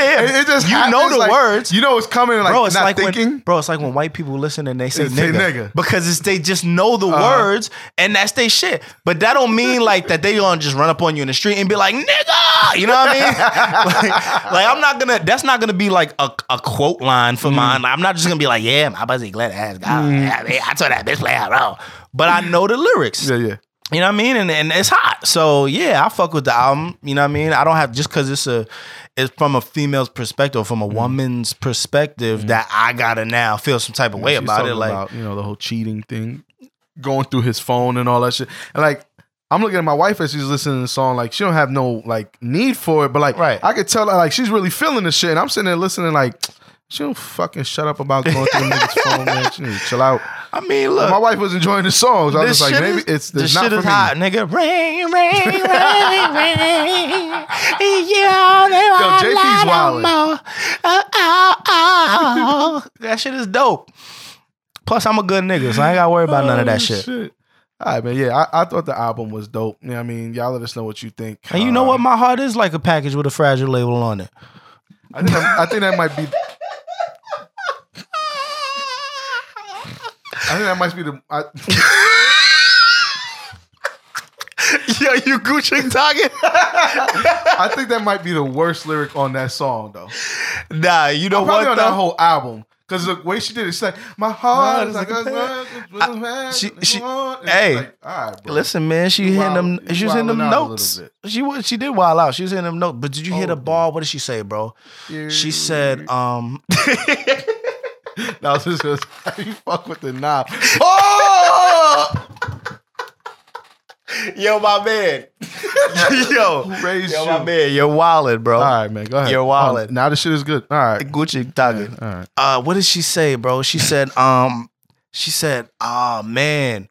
S1: [LAUGHS]
S2: yeah.
S1: it just
S2: You
S1: happens,
S2: know the
S1: like,
S2: words.
S1: you know it's coming, and like
S2: bro, it's
S1: not
S2: like
S1: thinking.
S2: when bro, it's like when white people listen and they
S1: They
S2: say,
S1: say
S2: nigga,
S1: nigga. Uh-huh.
S2: because it's they just know the words and that's they shit. But that
S1: [LAUGHS]
S2: don't mean like that they don't just run up on you in the street and be like nigga, you know what I
S1: [LAUGHS]
S2: mean? like, like, I'm not gonna. That's not gonna be like a, a quote line
S1: Mm.
S2: for mine. I'm not just gonna be like yeah, my buzzy glad ass God, I, mean, I saw that bitch play out, bro. But I know the lyrics.
S1: yeah, yeah.
S2: You know what I mean? And and it's hot. So yeah, I fuck with the album. You know what I mean? I don't have just cause it's a it's from a female's perspective, from a
S1: Mm-hmm.
S2: woman's perspective that I gotta now feel some type of way
S1: She's
S2: about it.
S1: talking
S2: Like
S1: about, you know the whole cheating thing, going through his phone and all that shit, and like. I'm looking at my wife as she's listening to the song. Like she don't have no like need for it, but like
S2: Right.
S1: I could tell like she's really feeling this shit. And I'm sitting there listening like she don't fucking shut up about going through
S2: [LAUGHS]
S1: the nigga's phone, man. She need to chill out.
S2: I mean, look,
S1: my wife was enjoying the songs. I was
S2: this
S1: just like,
S2: shit
S1: maybe
S2: is,
S1: it's
S2: this
S1: it's not
S2: shit
S1: for
S2: is
S1: me.
S2: hot,
S1: [LAUGHS]
S2: nigga. Rain, rain, rain, rain. You don't
S1: Yo,
S2: want
S1: JP's
S2: no
S1: wildin'.
S2: more. Oh, oh,
S1: [LAUGHS]
S2: oh. That shit is dope. Plus, I'm a good nigga, so I ain't gotta worry about none of
S1: Oh,
S2: that shit.
S1: All right, man. Yeah, I, I thought the album was dope. You know what I mean, y'all let us know what you think.
S2: And you know what? My heart is like a package with a fragile label on it.
S1: I think that, I think that might be. I think that might be the. I,
S2: [LAUGHS] Yo, you Gucci talking?
S1: I think that might be the worst lyric on that song, though.
S2: nah, you know
S1: Probably
S2: what?
S1: on that
S2: Though?
S1: whole album. Cause the way she did it, it's like my heart is like a [LAUGHS]
S2: she- she-
S1: And it's
S2: hey,
S1: like, all right, bro. [LAUGHS]
S2: Listen, man, she hitting
S1: wild-
S2: them.
S1: you
S2: She was hitting them
S1: wilding out a little
S2: notes.
S1: bit. Oh.
S2: She was. She did wild out. She was hitting them notes. But did you hear the bar? What did she say, bro? She
S1: [LAUGHS]
S2: said, um,
S1: Now this is how you fuck with the
S2: [LAUGHS]
S1: knob. Oh,
S2: "Yo, my man, [LAUGHS] yo,
S1: raised
S2: yo, my
S1: you.
S2: man, you're wildin', bro."
S1: All right, man. Go ahead.
S2: You're wildin'.
S1: Oh, now the shit is good. All right.
S2: Gucci talking.
S1: All right.
S2: uh, what did she say, bro? She said, um, she said, ah, man,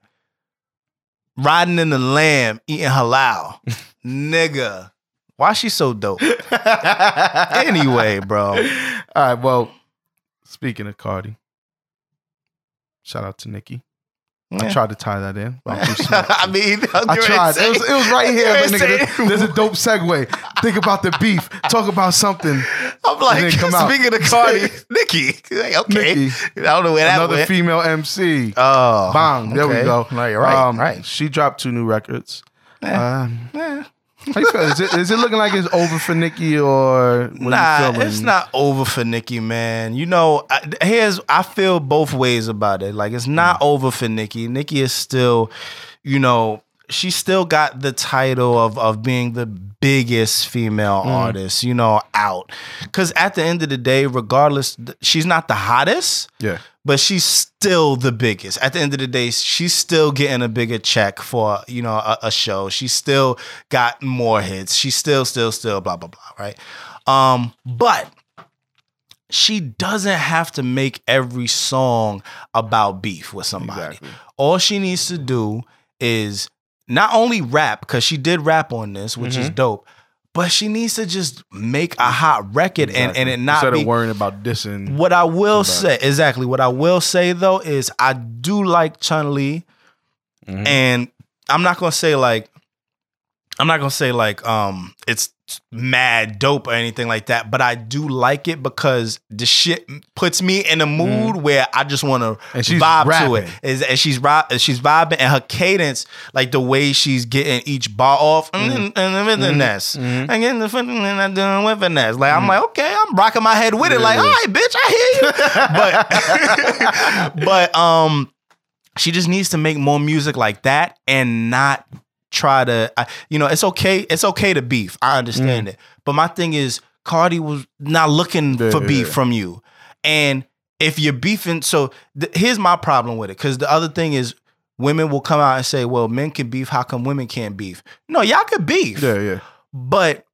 S2: riding in the lamb, eating [LAUGHS] halal. Nigga. Why she so dope?
S1: [LAUGHS]
S2: anyway, bro.
S1: All right. Well, speaking of Cardi, shout out to Nikki. I
S2: Yeah.
S1: tried to tie that in.
S2: [LAUGHS]
S1: But I'm too smart.
S2: [LAUGHS] I mean,
S1: I tried. It was, it was right here.
S2: [LAUGHS]
S1: But nigga, there- there's a dope segue. Think about the beef. Talk about something.
S2: I'm
S1: It
S2: like,
S1: didn't come out.
S2: speaking
S1: [LAUGHS]
S2: of Cardi, Nikki. [LAUGHS] Like, okay.
S1: Nikki.
S2: I don't know where that
S1: Another
S2: went.
S1: female MC.
S2: oh.
S1: Bang. There we
S2: okay.
S1: go.
S2: No, you're right.
S1: Um,
S2: right.
S1: She dropped two new records.
S2: Yeah.
S1: Um,
S2: Yeah.
S1: How you feel? Is it, is it looking like it's over for Nikki or what are
S2: Nah,
S1: you feeling?
S2: it's not over for Nikki, man. You know, I, here's I feel both ways about it. Like it's not over for Nikki. Nikki is still, you know, she still got the title of of being the biggest female artist, you know, out. Cuz at the end of the day, regardless th- she's not the hottest,
S1: Yeah.
S2: but she's still the biggest. At the end of the day, she's still getting a bigger check for you know a, a show. She's still got more hits. She's still, still, still, blah blah blah. Right, um, but she doesn't have to make every song about beef with somebody.
S1: Exactly.
S2: All she needs to do is not only rap because she did rap on this, which
S1: Mm-hmm.
S2: is dope. But she needs to just make a hot record and, and it not
S1: Instead
S2: be
S1: of worrying about dissing.
S2: what I will say, exactly. What I will say though is I do like Chun Li,
S1: Mhm.
S2: and I'm not gonna say like, I'm not gonna say like, um, it's mad dope or anything like that. But I do like it because the shit puts me in a mood where I just want to
S1: Mm-hmm. And she's
S2: vibe
S1: rapping.
S2: to it. Is and she's ri- and she's vibing and her cadence, like the way she's getting each bar off,
S1: Mm-hmm.
S2: and then with finesse, and then the fin- and I'm doing with finesse. Like
S1: Mm-hmm.
S2: I'm like, okay, I'm rocking my head with it. Like, all right, bitch, I hear you. but but um, she just needs to make more music like that and not try to. I, you know, it's okay. It's okay to beef. I understand it. But my thing is, Cardi was not looking
S1: Mm. Yeah,
S2: for
S1: yeah,
S2: beef
S1: yeah.
S2: from you, and if you're beefing, so th- here's my problem with it. Because the other thing is, women will come out and say, "Well, men can beef. How come women can't beef?" No, y'all could
S1: [LAUGHS]
S2: beef,
S1: Yeah, yeah.
S2: but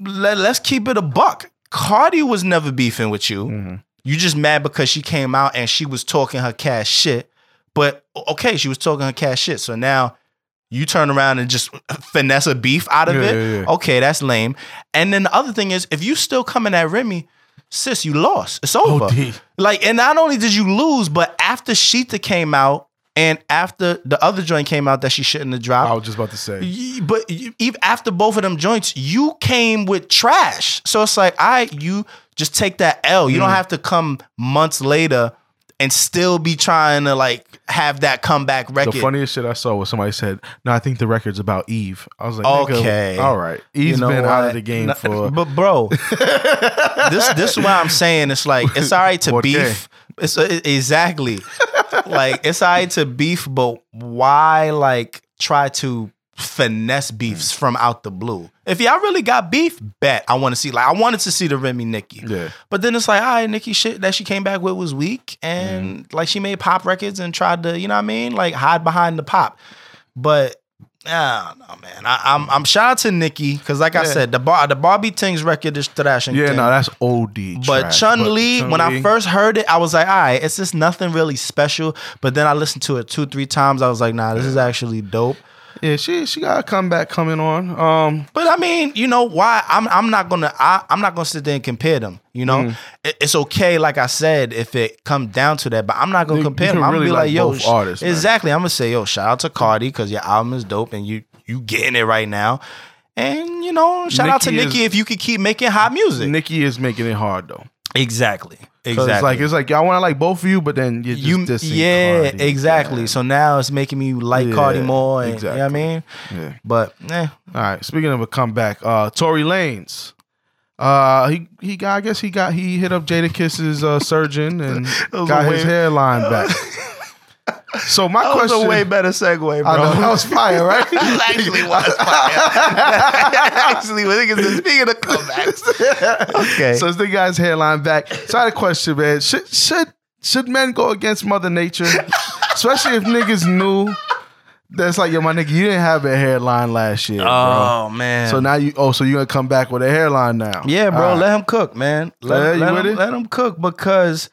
S2: let, us keep it a buck. Cardi was never beefing with you.
S1: Mhm.
S2: You just mad because she came out and she was talking her cash shit. But o- okay, she was talking her cash shit. So now you turn around and just [LAUGHS] finesse a beef out of
S1: Yeah,
S2: it.
S1: yeah, yeah.
S2: Okay, that's lame. And then the other thing is, if you still coming at Remy, sis, you lost.
S1: Oh,
S2: It's over.
S1: OD.
S2: Like, and not only did you lose, but after Sheeta came out and after the other joint came out that she shouldn't have dropped,
S1: I was just about to say.
S2: Ye- But you- ev- after both of them joints, you came with trash. So it's like, I you just take that L. You don't have to come months later and still be trying to like have that comeback
S1: The
S2: record.
S1: funniest shit I saw was somebody said, "No, I think the record's about Eve." I was like,
S2: Okay.
S1: "Okay, all right."
S2: You
S1: Eve's
S2: know
S1: been out of
S2: what?
S1: the game
S2: Nah,
S1: for
S2: But bro, this this is why I'm saying it's like it's all right to
S1: Okay.
S2: beef. It's uh, exactly like it's all right to beef, but why like try to finesse beefs from out the blue? If y'all really got beef, bet I want to see. Like I wanted to see the Remy Nikki,
S1: yeah.
S2: but then it's like all right, Nikki shit that she came back with was weak, and like she made pop records and tried to you know what I mean like hide behind the pop, but. I don't know, man. I, I'm I'm shout out to Nikki because, like I
S1: Yeah.
S2: said, the bar the Barbie Ting's record is
S1: [LAUGHS]
S2: thrashing.
S1: Yeah,
S2: thing.
S1: no, that's OD.
S2: But
S1: trash.
S2: Chun Li, when I
S1: Chun-Li-
S2: first heard it, I was like, all right, it's just nothing really special. But then I listened to it two, three times. I was like, nah, this is actually dope.
S1: yeah, she she got a comeback coming on. Um,
S2: But I mean, you know why? I'm I'm not gonna I, I'm not gonna sit there and compare them. You know,
S1: Mm.
S2: It- it's okay. Like I said, if it comes down to that, but I'm not gonna
S1: You-
S2: compare
S1: you
S2: them.
S1: can
S2: I'm gonna
S1: really
S2: be like,
S1: like
S2: yo,
S1: both
S2: sh-
S1: artists, man.
S2: exactly. I'm gonna say, yo, shout out to Cardi because your album is dope and you you getting it right now. And you know, shout out to
S1: Nicki is-
S2: Nicki if you could keep making hot music.
S1: Nikki is making it hard though.
S2: exactly.
S1: So
S2: Exactly.
S1: It's like it's like y'all want to like both of you, but then you're
S2: you
S1: just dissing
S2: yeah
S1: Cardi.
S2: exactly so now it's making me like
S1: Yeah,
S2: Cardi more and, you know what
S1: exactly.
S2: I mean
S1: Yeah.
S2: but eh,
S1: All right. Speaking of a comeback, uh, Tory Lanez. Uh, he he got. I guess he got. He hit up Jada Kiss's uh, surgeon and
S2: [LAUGHS] was
S1: got
S2: a
S1: his
S2: way-
S1: hairline
S2: [LAUGHS]
S1: back. so my question.
S2: better segue bro
S1: I know that was
S2: [LAUGHS]
S1: fire, right?
S2: That actually was fire actually was niggas speaking of [LAUGHS] comebacks okay
S1: So it's the guy's hairline back. So I had a question, man. Should should should men go against Mother
S2: [LAUGHS]
S1: Nature, especially if niggas knew that's like yo, my nigga, you didn't have a hairline last year, bro.
S2: oh man
S1: So now you oh, so you gonna come back with a hairline now?
S2: yeah bro
S1: All right.
S2: let him cook man let,
S1: Yeah, you
S2: let
S1: with
S2: him,
S1: it?
S2: let him cook because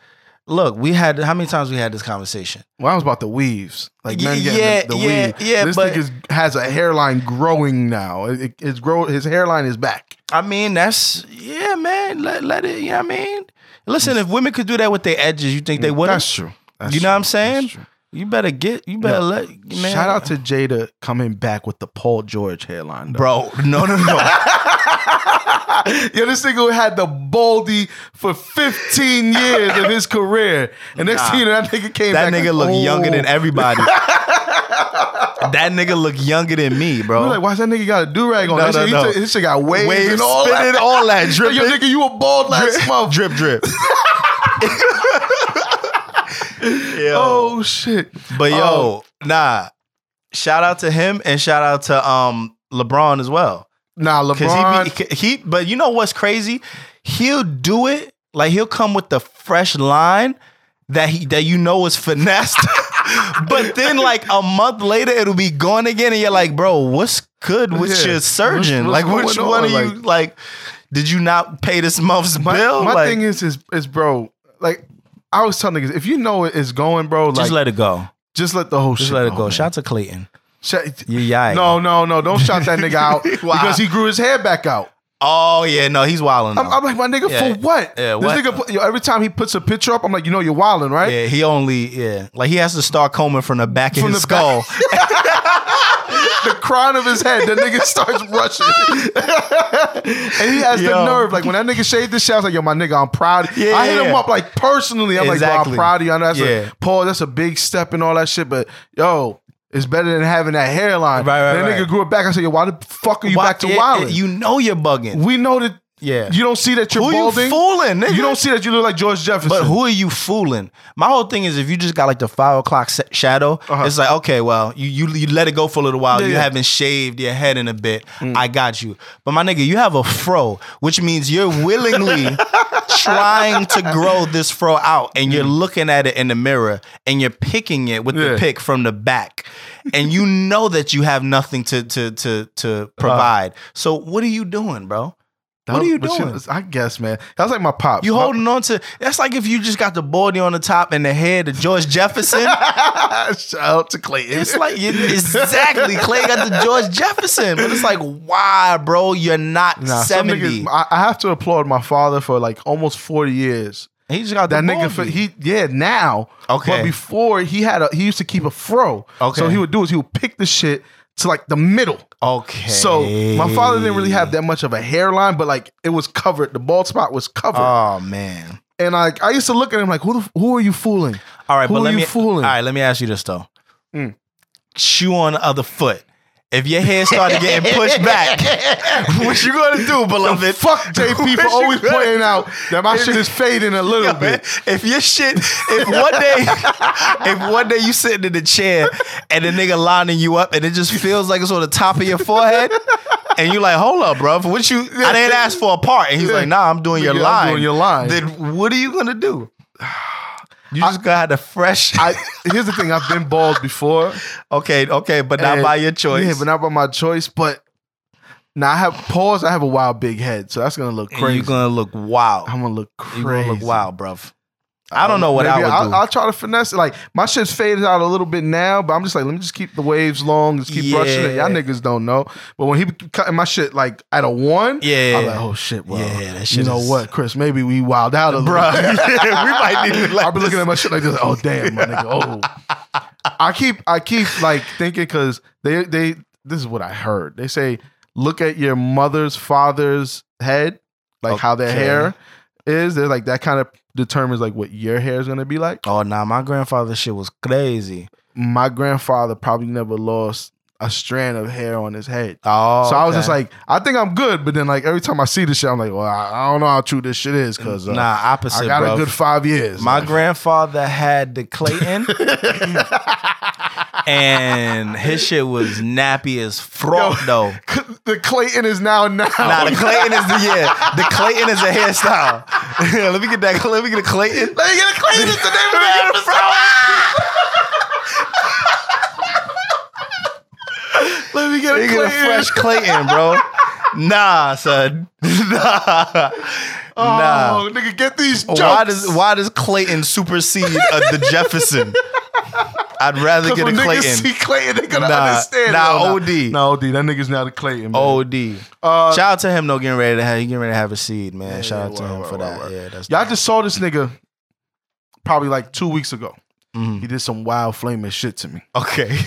S2: Look, we had how many times we had this conversation?
S1: Well, I was about the weaves. Like men
S2: Y-
S1: getting
S2: yeah,
S1: the, the
S2: yeah,
S1: weave.
S2: yeah,
S1: This
S2: but-
S1: nigga's has a hairline growing now. It, it- it's grow. His hairline is back.
S2: I mean, that's yeah, man. Let, let it. You know what I mean? Listen, if women could do that with their edges, you think they wouldn't?
S1: Mm, That's true. That's
S2: you know
S1: true.
S2: what I'm saying?
S1: That's true.
S2: You better get. You better let. Man.
S1: Shout out to Jada coming back with the Paul George hairline, though.
S2: bro. No, no,
S1: [LAUGHS]
S2: no.
S1: Yo, this nigga had the baldy for [LAUGHS] 15 years of his career. And next thing you know, that nigga came
S2: that
S1: back.
S2: nigga
S1: like,
S2: look
S1: oh.
S2: younger
S1: [LAUGHS]
S2: than everybody. that nigga look younger than me,
S1: We
S2: bro.
S1: like, why's that nigga got a do rag on?
S2: No,
S1: that
S2: no,
S1: shit, he
S2: no.
S1: took- His shit got waves,
S2: Wave
S1: and all
S2: spinning,
S1: that.
S2: all that
S1: [LAUGHS] Yo,
S2: dripping.
S1: nigga, you a bald last month.
S2: drip, drip.
S1: [LAUGHS]
S2: yo,
S1: Oh shit!
S2: but
S1: Oh.
S2: yo, nah. Shout out to him and shout out to um LeBron as well.
S1: Nah, LeBron.
S2: Cause he, be, he but you know what's crazy? He'll do it like he'll come with the fresh line that he that you know is finessed. [LAUGHS] but then like a month later it'll be gone again and you're like, "Bro, what's good with
S1: Yeah.
S2: your surgeon?
S1: What's-
S2: like
S1: what's
S2: which
S1: going
S2: one
S1: on?
S2: are you like did you not pay this month's
S1: my
S2: bill?"
S1: my
S2: like
S1: thing is, is, is bro, like I was telling niggas, if you know it's going, bro, like
S2: just
S1: just let,
S2: let it go.
S1: the whole
S2: Just
S1: shit
S2: let it go.
S1: man.
S2: Shout out to Clayton.
S1: Shut-
S2: You yay.
S1: No, no, no! Don't shout that nigga
S2: [LAUGHS]
S1: out
S2: Wow.
S1: because he grew his hair back out.
S2: Oh yeah, no, he's wilding.
S1: I'm, I'm like, my nigga,
S2: Oh. Yeah.
S1: for what?
S2: Yeah,
S1: this
S2: what?
S1: nigga, put- yo, every time he puts a picture up, I'm like, you know, you're wilding, right?
S2: Yeah, he only yeah, like he has to start combing from the back of
S1: From
S2: his
S1: the back.
S2: skull.
S1: the crown of his head, the nigga [LAUGHS] starts rushing. and he has
S2: Yo.
S1: the nerve. Like when that nigga shaved his shit, I was like, yo, my nigga, I'm proud.
S2: Yeah,
S1: I hit
S2: yeah.
S1: him up like personally. I'm like, yo,
S2: Exactly.
S1: I'm proud of you. I know that's
S2: Yeah.
S1: a Paul, that's a big step and all that shit, but yo. It's better than having that hairline.
S2: Right, right,
S1: That nigga
S2: right.
S1: grew it back. I said, "Yo, why the fuck are [LAUGHS] you
S2: Why-
S1: back to
S2: yeah,
S1: wilding?
S2: You know you're bugging.
S1: we know that
S2: Yeah.
S1: you don't see that you're
S2: who
S1: balding.
S2: you fooling, nigga?
S1: You don't see that you look like George Jefferson.
S2: But who are you fooling? My whole thing is if you just got like the five o'clock se- shadow, it's like okay, well you, you you let it go for a little while.
S1: Uh-huh. Yeah,
S2: you
S1: yeah. Mm.
S2: haven't shaved your head in a bit. I got you. But my nigga, you have a fro, which means you're willingly
S1: [LAUGHS]
S2: trying to grow this fro out, and you're looking at it in the mirror, and you're picking it with the
S1: Mm. Yeah.
S2: pick from the back, and you know that you have nothing to to to
S1: Uh-huh.
S2: to provide. so what are you doing, bro? what are you
S1: But
S2: doing?
S1: I guess, man. That was like my pop.
S2: You
S1: My-
S2: holding on to that's like if you just got the body on the top and the head of George Jefferson.
S1: [LAUGHS] Shout out to Clayton.
S2: It's like you- exactly Clay got the George Jefferson, but it's like why, bro? You're not
S1: Nah, some
S2: seventy.
S1: niggas- I, I have to applaud my father for like almost forty years.
S2: he just got
S1: That
S2: the
S1: nigga, for,
S2: balding.
S1: he yeah now.
S2: Okay.
S1: but before he had a he used to keep a fro.
S2: Okay.
S1: so he would do is he would pick the shit to like the middle.
S2: okay.
S1: So my father didn't really have that much of a hairline, but like it was covered. The bald spot was covered,
S2: Oh man.
S1: and like I used to look at him like, who the, f- who are you fooling?
S2: All right,
S1: Who
S2: but
S1: are
S2: let
S1: you
S2: me.
S1: fooling?
S2: All right, let me ask you this though.
S1: Mm.
S2: Shoe on the other foot. If your hair started getting pushed
S1: [LAUGHS]
S2: back, what you gonna [LAUGHS] do, beloved?
S1: Fuck JP for always
S2: What you [LAUGHS]
S1: pointing out that my shit is fading a little
S2: Yo, [LAUGHS] man,
S1: bit.
S2: If your shit, if one day, [LAUGHS] if one day you sitting in the chair and the nigga lining you up and it just feels like it's on the top of your forehead, and you like, hold up, bro, what you? I didn't ask for a part, and he's
S1: Yeah.
S2: like, nah, I'm doing your
S1: Yeah, I'm
S2: line.
S1: doing your line.
S2: Then what are you gonna do? You just got a fresh.
S1: I, here's the thing: I've been bald before.
S2: [LAUGHS] okay, okay, but not
S1: And-
S2: by your choice.
S1: Yeah, but not by my choice. But now I have pause. I have a wild big head, so that's gonna look
S2: And
S1: crazy.
S2: you gonna look wild.
S1: I'm gonna look
S2: You
S1: crazy.
S2: gonna look wild, bro. I don't know what I
S1: Maybe
S2: would
S1: I'll,
S2: do.
S1: I'll try to finesse it. Like my shit's faded out a little bit now, but I'm just like, let me just keep the waves long, just keep brushing it. Y'all
S2: Yeah.
S1: niggas don't know. But when he be cutting my shit like at a one,
S2: Yeah.
S1: I'm like, oh shit, bro.
S2: Yeah, that
S1: you
S2: shit
S1: know
S2: is-
S1: what, Chris? Maybe we wild out a little.
S2: Bruh.
S1: bit.
S2: [LAUGHS]
S1: [LAUGHS]
S2: we might need to let
S1: I've been looking at my shit like this. Like, oh damn, my nigga. Oh, I keep I keep like thinking because they they this is what I heard. They say look at your mother's father's head, like how their
S2: Okay.
S1: hair is. They're like that kind of determines like what your hair is gonna be like.
S2: Oh nah, my grandfather's shit was crazy.
S1: My grandfather probably never lost a strand of hair on his head.
S2: Oh,
S1: So I was
S2: okay.
S1: just like, I think I'm good, but then like every time I see this shit, I'm like, well, I, I don't know how true this shit is because uh,
S2: nah, opposite.
S1: I got
S2: bruv.
S1: a good five years.
S2: My
S1: Like,
S2: grandfather had the Clayton, and his shit was nappy as frog
S1: Yo.
S2: though.
S1: the Clayton is now now. [LAUGHS]
S2: Nah, the Clayton is the yeah. The Clayton is a hairstyle. [LAUGHS] let me get that. Let me get a Clayton.
S1: Let me get a Clayton is the name of
S2: [LAUGHS]
S1: the episode. Let me get
S2: Let me
S1: a
S2: get a
S1: Clayton.
S2: fresh Clayton, bro. [LAUGHS] Nah, son. Nah.
S1: Oh, nigga, get these jokes.
S2: Why does why does Clayton supersede uh, the Jefferson?
S1: [LAUGHS]
S2: I'd rather
S1: Because
S2: get a
S1: when niggas
S2: Clayton.
S1: see Clayton, they gonna
S2: Nah,
S1: understand.
S2: nah,
S1: No,
S2: OD.
S1: Nah, OD. That nigga's not a Clayton. Man.
S2: OD.
S1: Uh,
S2: Shout out to him though, getting ready to have you getting ready to have a seed, man. Shout out to
S1: word,
S2: him
S1: word,
S2: for
S1: word,
S2: that.
S1: word.
S2: Yeah, that's
S1: Y'all just saw this nigga probably like two weeks ago.
S2: Mhm.
S1: He did some wild flaming shit to me.
S2: okay.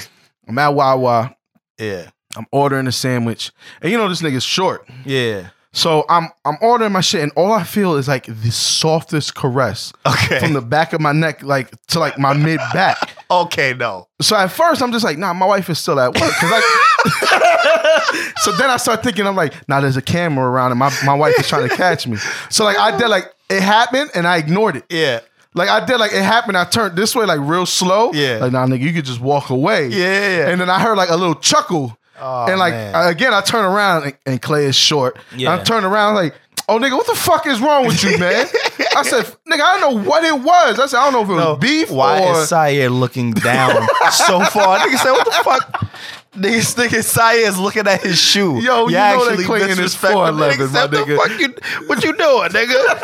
S1: I'm at Wawa.
S2: Yeah,
S1: I'm ordering a sandwich, and you know this nigga's short,
S2: yeah.
S1: so I'm I'm ordering my shit, and all I feel is like the softest caress
S2: Okay,
S1: from the back of my neck, like to like my mid back.
S2: [LAUGHS] okay. No,
S1: So at first I'm just like, nah, my wife is still at work. 'Cause I- [LAUGHS] so then I start thinking, I'm like, nah, there's a camera around and my, my wife is trying to catch me. So like I did like it happened and I ignored it.
S2: yeah,
S1: Like I did like it happened. I turned this way like real slow.
S2: Yeah.
S1: Like nah nigga, you could just walk away.
S2: yeah.
S1: And then I heard like a little chuckle. and like
S2: man.
S1: I- again, I turn around and, and Clay is short.
S2: Yeah.
S1: I turn around like, oh nigga, what the fuck is wrong with you, man?
S2: [LAUGHS]
S1: I said, nigga, I don't know what it was. I said, I don't know if it was
S2: No,
S1: beef
S2: Why
S1: or
S2: is Sayer looking [LAUGHS] down so far? Nigga said, "What the fuck?" Niggas thinking Sayer is looking at his shoe.
S1: [LAUGHS] Yo, you know that Clayton is
S2: disrespecting
S1: 4'11",
S2: niggas.
S1: my
S2: What the
S1: nigga.
S2: fuck you- what you doing, nigga?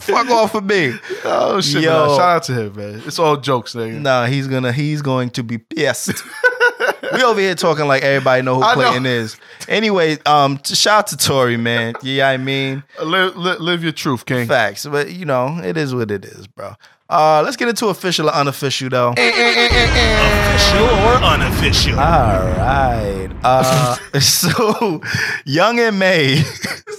S2: fuck off of me.
S1: [LAUGHS] Oh shit!
S2: Yo.
S1: man. Shout out to him, man. It's all jokes, nigga.
S2: No, he's gonna he's going to be pissed. [LAUGHS] we over here talking like everybody know who
S1: I know.
S2: Clayton is. Anyway, um, t- shout out to Tory, man. Yeah, I mean
S1: Live, live, live your truth, King.
S2: facts, but you know it is what it is, bro. Uh, let's get into official or unofficial though.
S4: Official or
S2: All
S4: unofficial?
S2: right. Uh, [LAUGHS] so, Young and May.
S1: This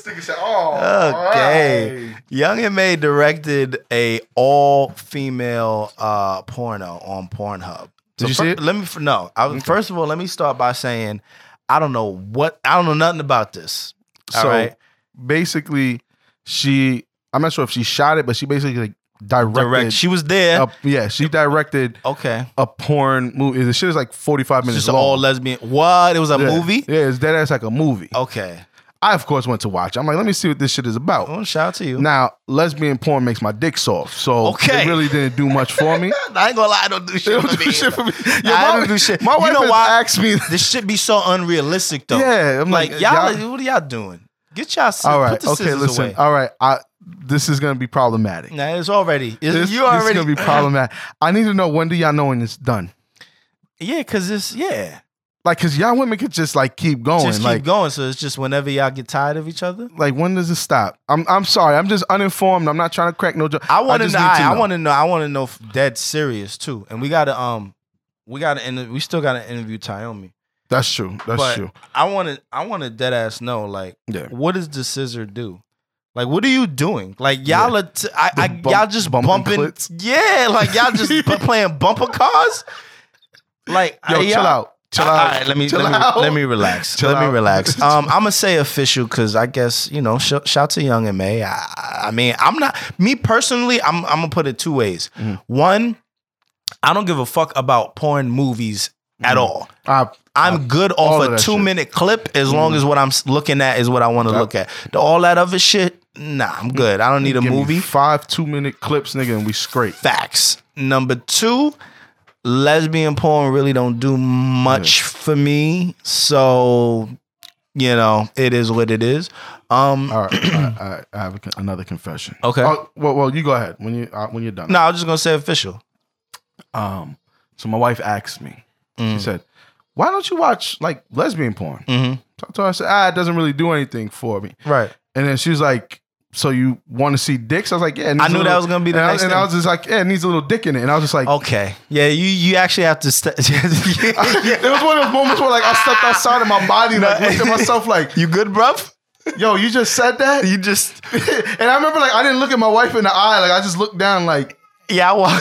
S1: nigga said, "Oh,
S2: Okay. Young and May directed a all female uh, porno on Pornhub.
S1: Did you
S2: fir-
S1: see it?
S2: Let me f- no. I, First of all, let me start by saying I don't know what I don't know nothing about this. All
S1: So-
S2: right.
S1: Basically, she. I'm not sure if she shot it, but she basically like, directed.
S2: direct. She was there.
S1: a- yeah, she directed
S2: okay.
S1: a porn movie. The shit is like 45
S2: It's
S1: minutes
S2: just an
S1: long.
S2: all lesbian. What? It was a
S1: yeah.
S2: movie. Oh.
S1: Yeah, it's dead ass like a movie.
S2: Okay.
S1: I of course went to watch. it. I'm like, let me see what this shit is about.
S2: Well, shout out to you.
S1: Now, lesbian porn makes my dick soft, so
S2: Okay.
S1: it really didn't do much for
S2: [LAUGHS]
S1: me.
S2: I ain't gonna lie. I don't
S1: [LAUGHS]
S2: do shit.
S1: It
S2: for
S1: don't do
S2: me.
S1: shit for me.
S2: Nah, I don't do shit.
S1: My
S2: You
S1: wife
S2: know
S1: has
S2: why?
S1: asked me.
S2: This shit be so unrealistic though.
S1: Yeah, I'm
S2: [LAUGHS] like,
S1: like,
S2: y'all,
S1: y'all-
S2: what are y'all doing? Get y'all. Scissors,
S1: All
S2: Put
S1: right.
S2: the
S1: Okay.
S2: scissors
S1: Listen.
S2: Away.
S1: All right. I this is gonna be problematic.
S2: Nah, it's already. It's,
S1: This,
S2: you
S1: this
S2: already.
S1: is
S2: [LAUGHS]
S1: gonna be problematic. I need to know when do y'all know when it's done?
S2: yeah, cause it's yeah.
S1: Like, cause y'all women could just like keep going.
S2: just keep
S1: like,
S2: going. So it's just whenever y'all get tired of each other.
S1: like when does it stop? I'm I'm sorry. I'm just uninformed. I'm not trying to crack no joke.
S2: I want to
S1: just
S2: know.
S1: need to
S2: I
S1: know.
S2: want to know. I want to know if dead serious too. And we gotta um, we gotta inter- we still gotta interview Tyomi.
S1: That's true. That's
S2: But-
S1: true.
S2: I want to. I want to dead ass know like
S1: Yeah.
S2: what does the scissor do? Like, what are you doing? Like, y'all are, t- I,
S1: The
S2: I,
S1: bump-
S2: y'all just
S1: bumping
S2: bumping.
S1: clits?
S2: Yeah, like y'all [LAUGHS] just bu- playing bumper cars. Like,
S1: Yo,
S2: are
S1: chill
S2: y'all-
S1: out. Chill
S2: Uh, All
S1: out.
S2: right, let me
S1: Chill
S2: let me,
S1: out.
S2: let me relax.
S1: Chill
S2: let me
S1: out. [LAUGHS]
S2: relax. Um, I'm gonna say official because I guess you know. Sh- shout to Young and May. I, I- I mean, I'm not me personally. I'm I'm gonna put it two ways.
S1: Mm-hmm.
S2: One, I don't give a fuck about porn movies at all.
S1: I,
S2: I'm good
S1: Mm-hmm. Uh, all
S2: off
S1: of
S2: a
S1: that
S2: two
S1: shit. Mm-hmm.
S2: minute clip as long as what I'm s- looking at is what I want to look at. The, all that other shit, nah, I'm good. I don't need a
S1: Mm. give me
S2: movie.
S1: five two minute clips, nigga, and we scrape.
S2: Facts. Number two, lesbian porn really don't do much for me. So, you know, it is what it is. Um,
S1: All right. all right, all right, I have a con- another confession.
S2: Okay.
S1: Oh, well, well, you go ahead when you uh, when you're done.
S2: no, I was just gonna say official.
S1: Um, so my wife asked me.
S2: Mm.
S1: She said, "Why don't you watch like lesbian porn?"
S2: Mhm.
S1: So- So I said, "Ah, it doesn't really do anything for me."
S2: Right.
S1: And then she was like, "So you want to see dicks?" I was like, "Yeah." it needs
S2: I
S1: a
S2: knew that
S1: little-
S2: was gonna be the
S1: and I,
S2: next
S1: and
S2: thing. Oh.
S1: I was just like, "Yeah, it needs a little dick in it." And I was just like, [LAUGHS]
S2: Okay. Yeah, you you actually have to. St- [LAUGHS]
S1: "It was one of those moments where like I stepped outside of my
S2: [LAUGHS]
S1: body, like looked at myself, like,
S2: you good, bruv?
S1: "Yo, you just said that."
S2: You just
S1: [LAUGHS] and I remember like I didn't look at my wife in the eye, like I just looked down, like.
S2: yeah. Well, [LAUGHS]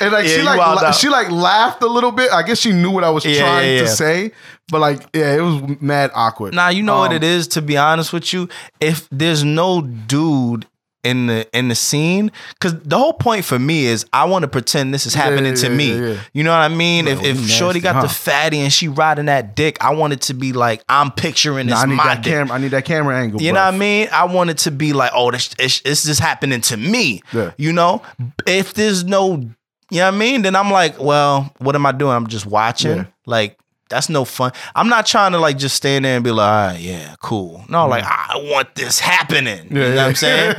S1: And like
S2: Yeah,
S1: she
S2: you
S1: like
S2: wild
S1: la-
S2: out.
S1: she like laughed a little bit. I guess she knew what I was
S2: Yeah,
S1: trying
S2: yeah,
S1: to
S2: yeah.
S1: say, but like yeah, it was mad awkward.
S2: Nah, you know what
S1: Um,
S2: it is. To be honest with you, if there's no dude in the in the scene, because the whole point for me is I want to pretend this is happening
S1: yeah,
S2: to
S1: yeah,
S2: me.
S1: yeah, yeah.
S2: You know what I mean? if if
S1: you
S2: Shorty
S1: nasty,
S2: got the
S1: huh?
S2: fatty and she riding that dick, I want it to be like I'm picturing this
S1: Nah, I need
S2: my
S1: that
S2: dick.
S1: camera. I need that camera angle.
S2: You
S1: bruv.
S2: know what I mean? I want it to be like, oh, this it's, it's just happening to me.
S1: Yeah.
S2: You know, if there's no, you know what I mean? Then I'm like, well, what am I doing? I'm just watching.
S1: Yeah.
S2: Like, That's no fun. I'm not trying to like just stand there and be like, all right, yeah, cool. No, like I want this happening. you know what
S1: [LAUGHS]
S2: I'm saying?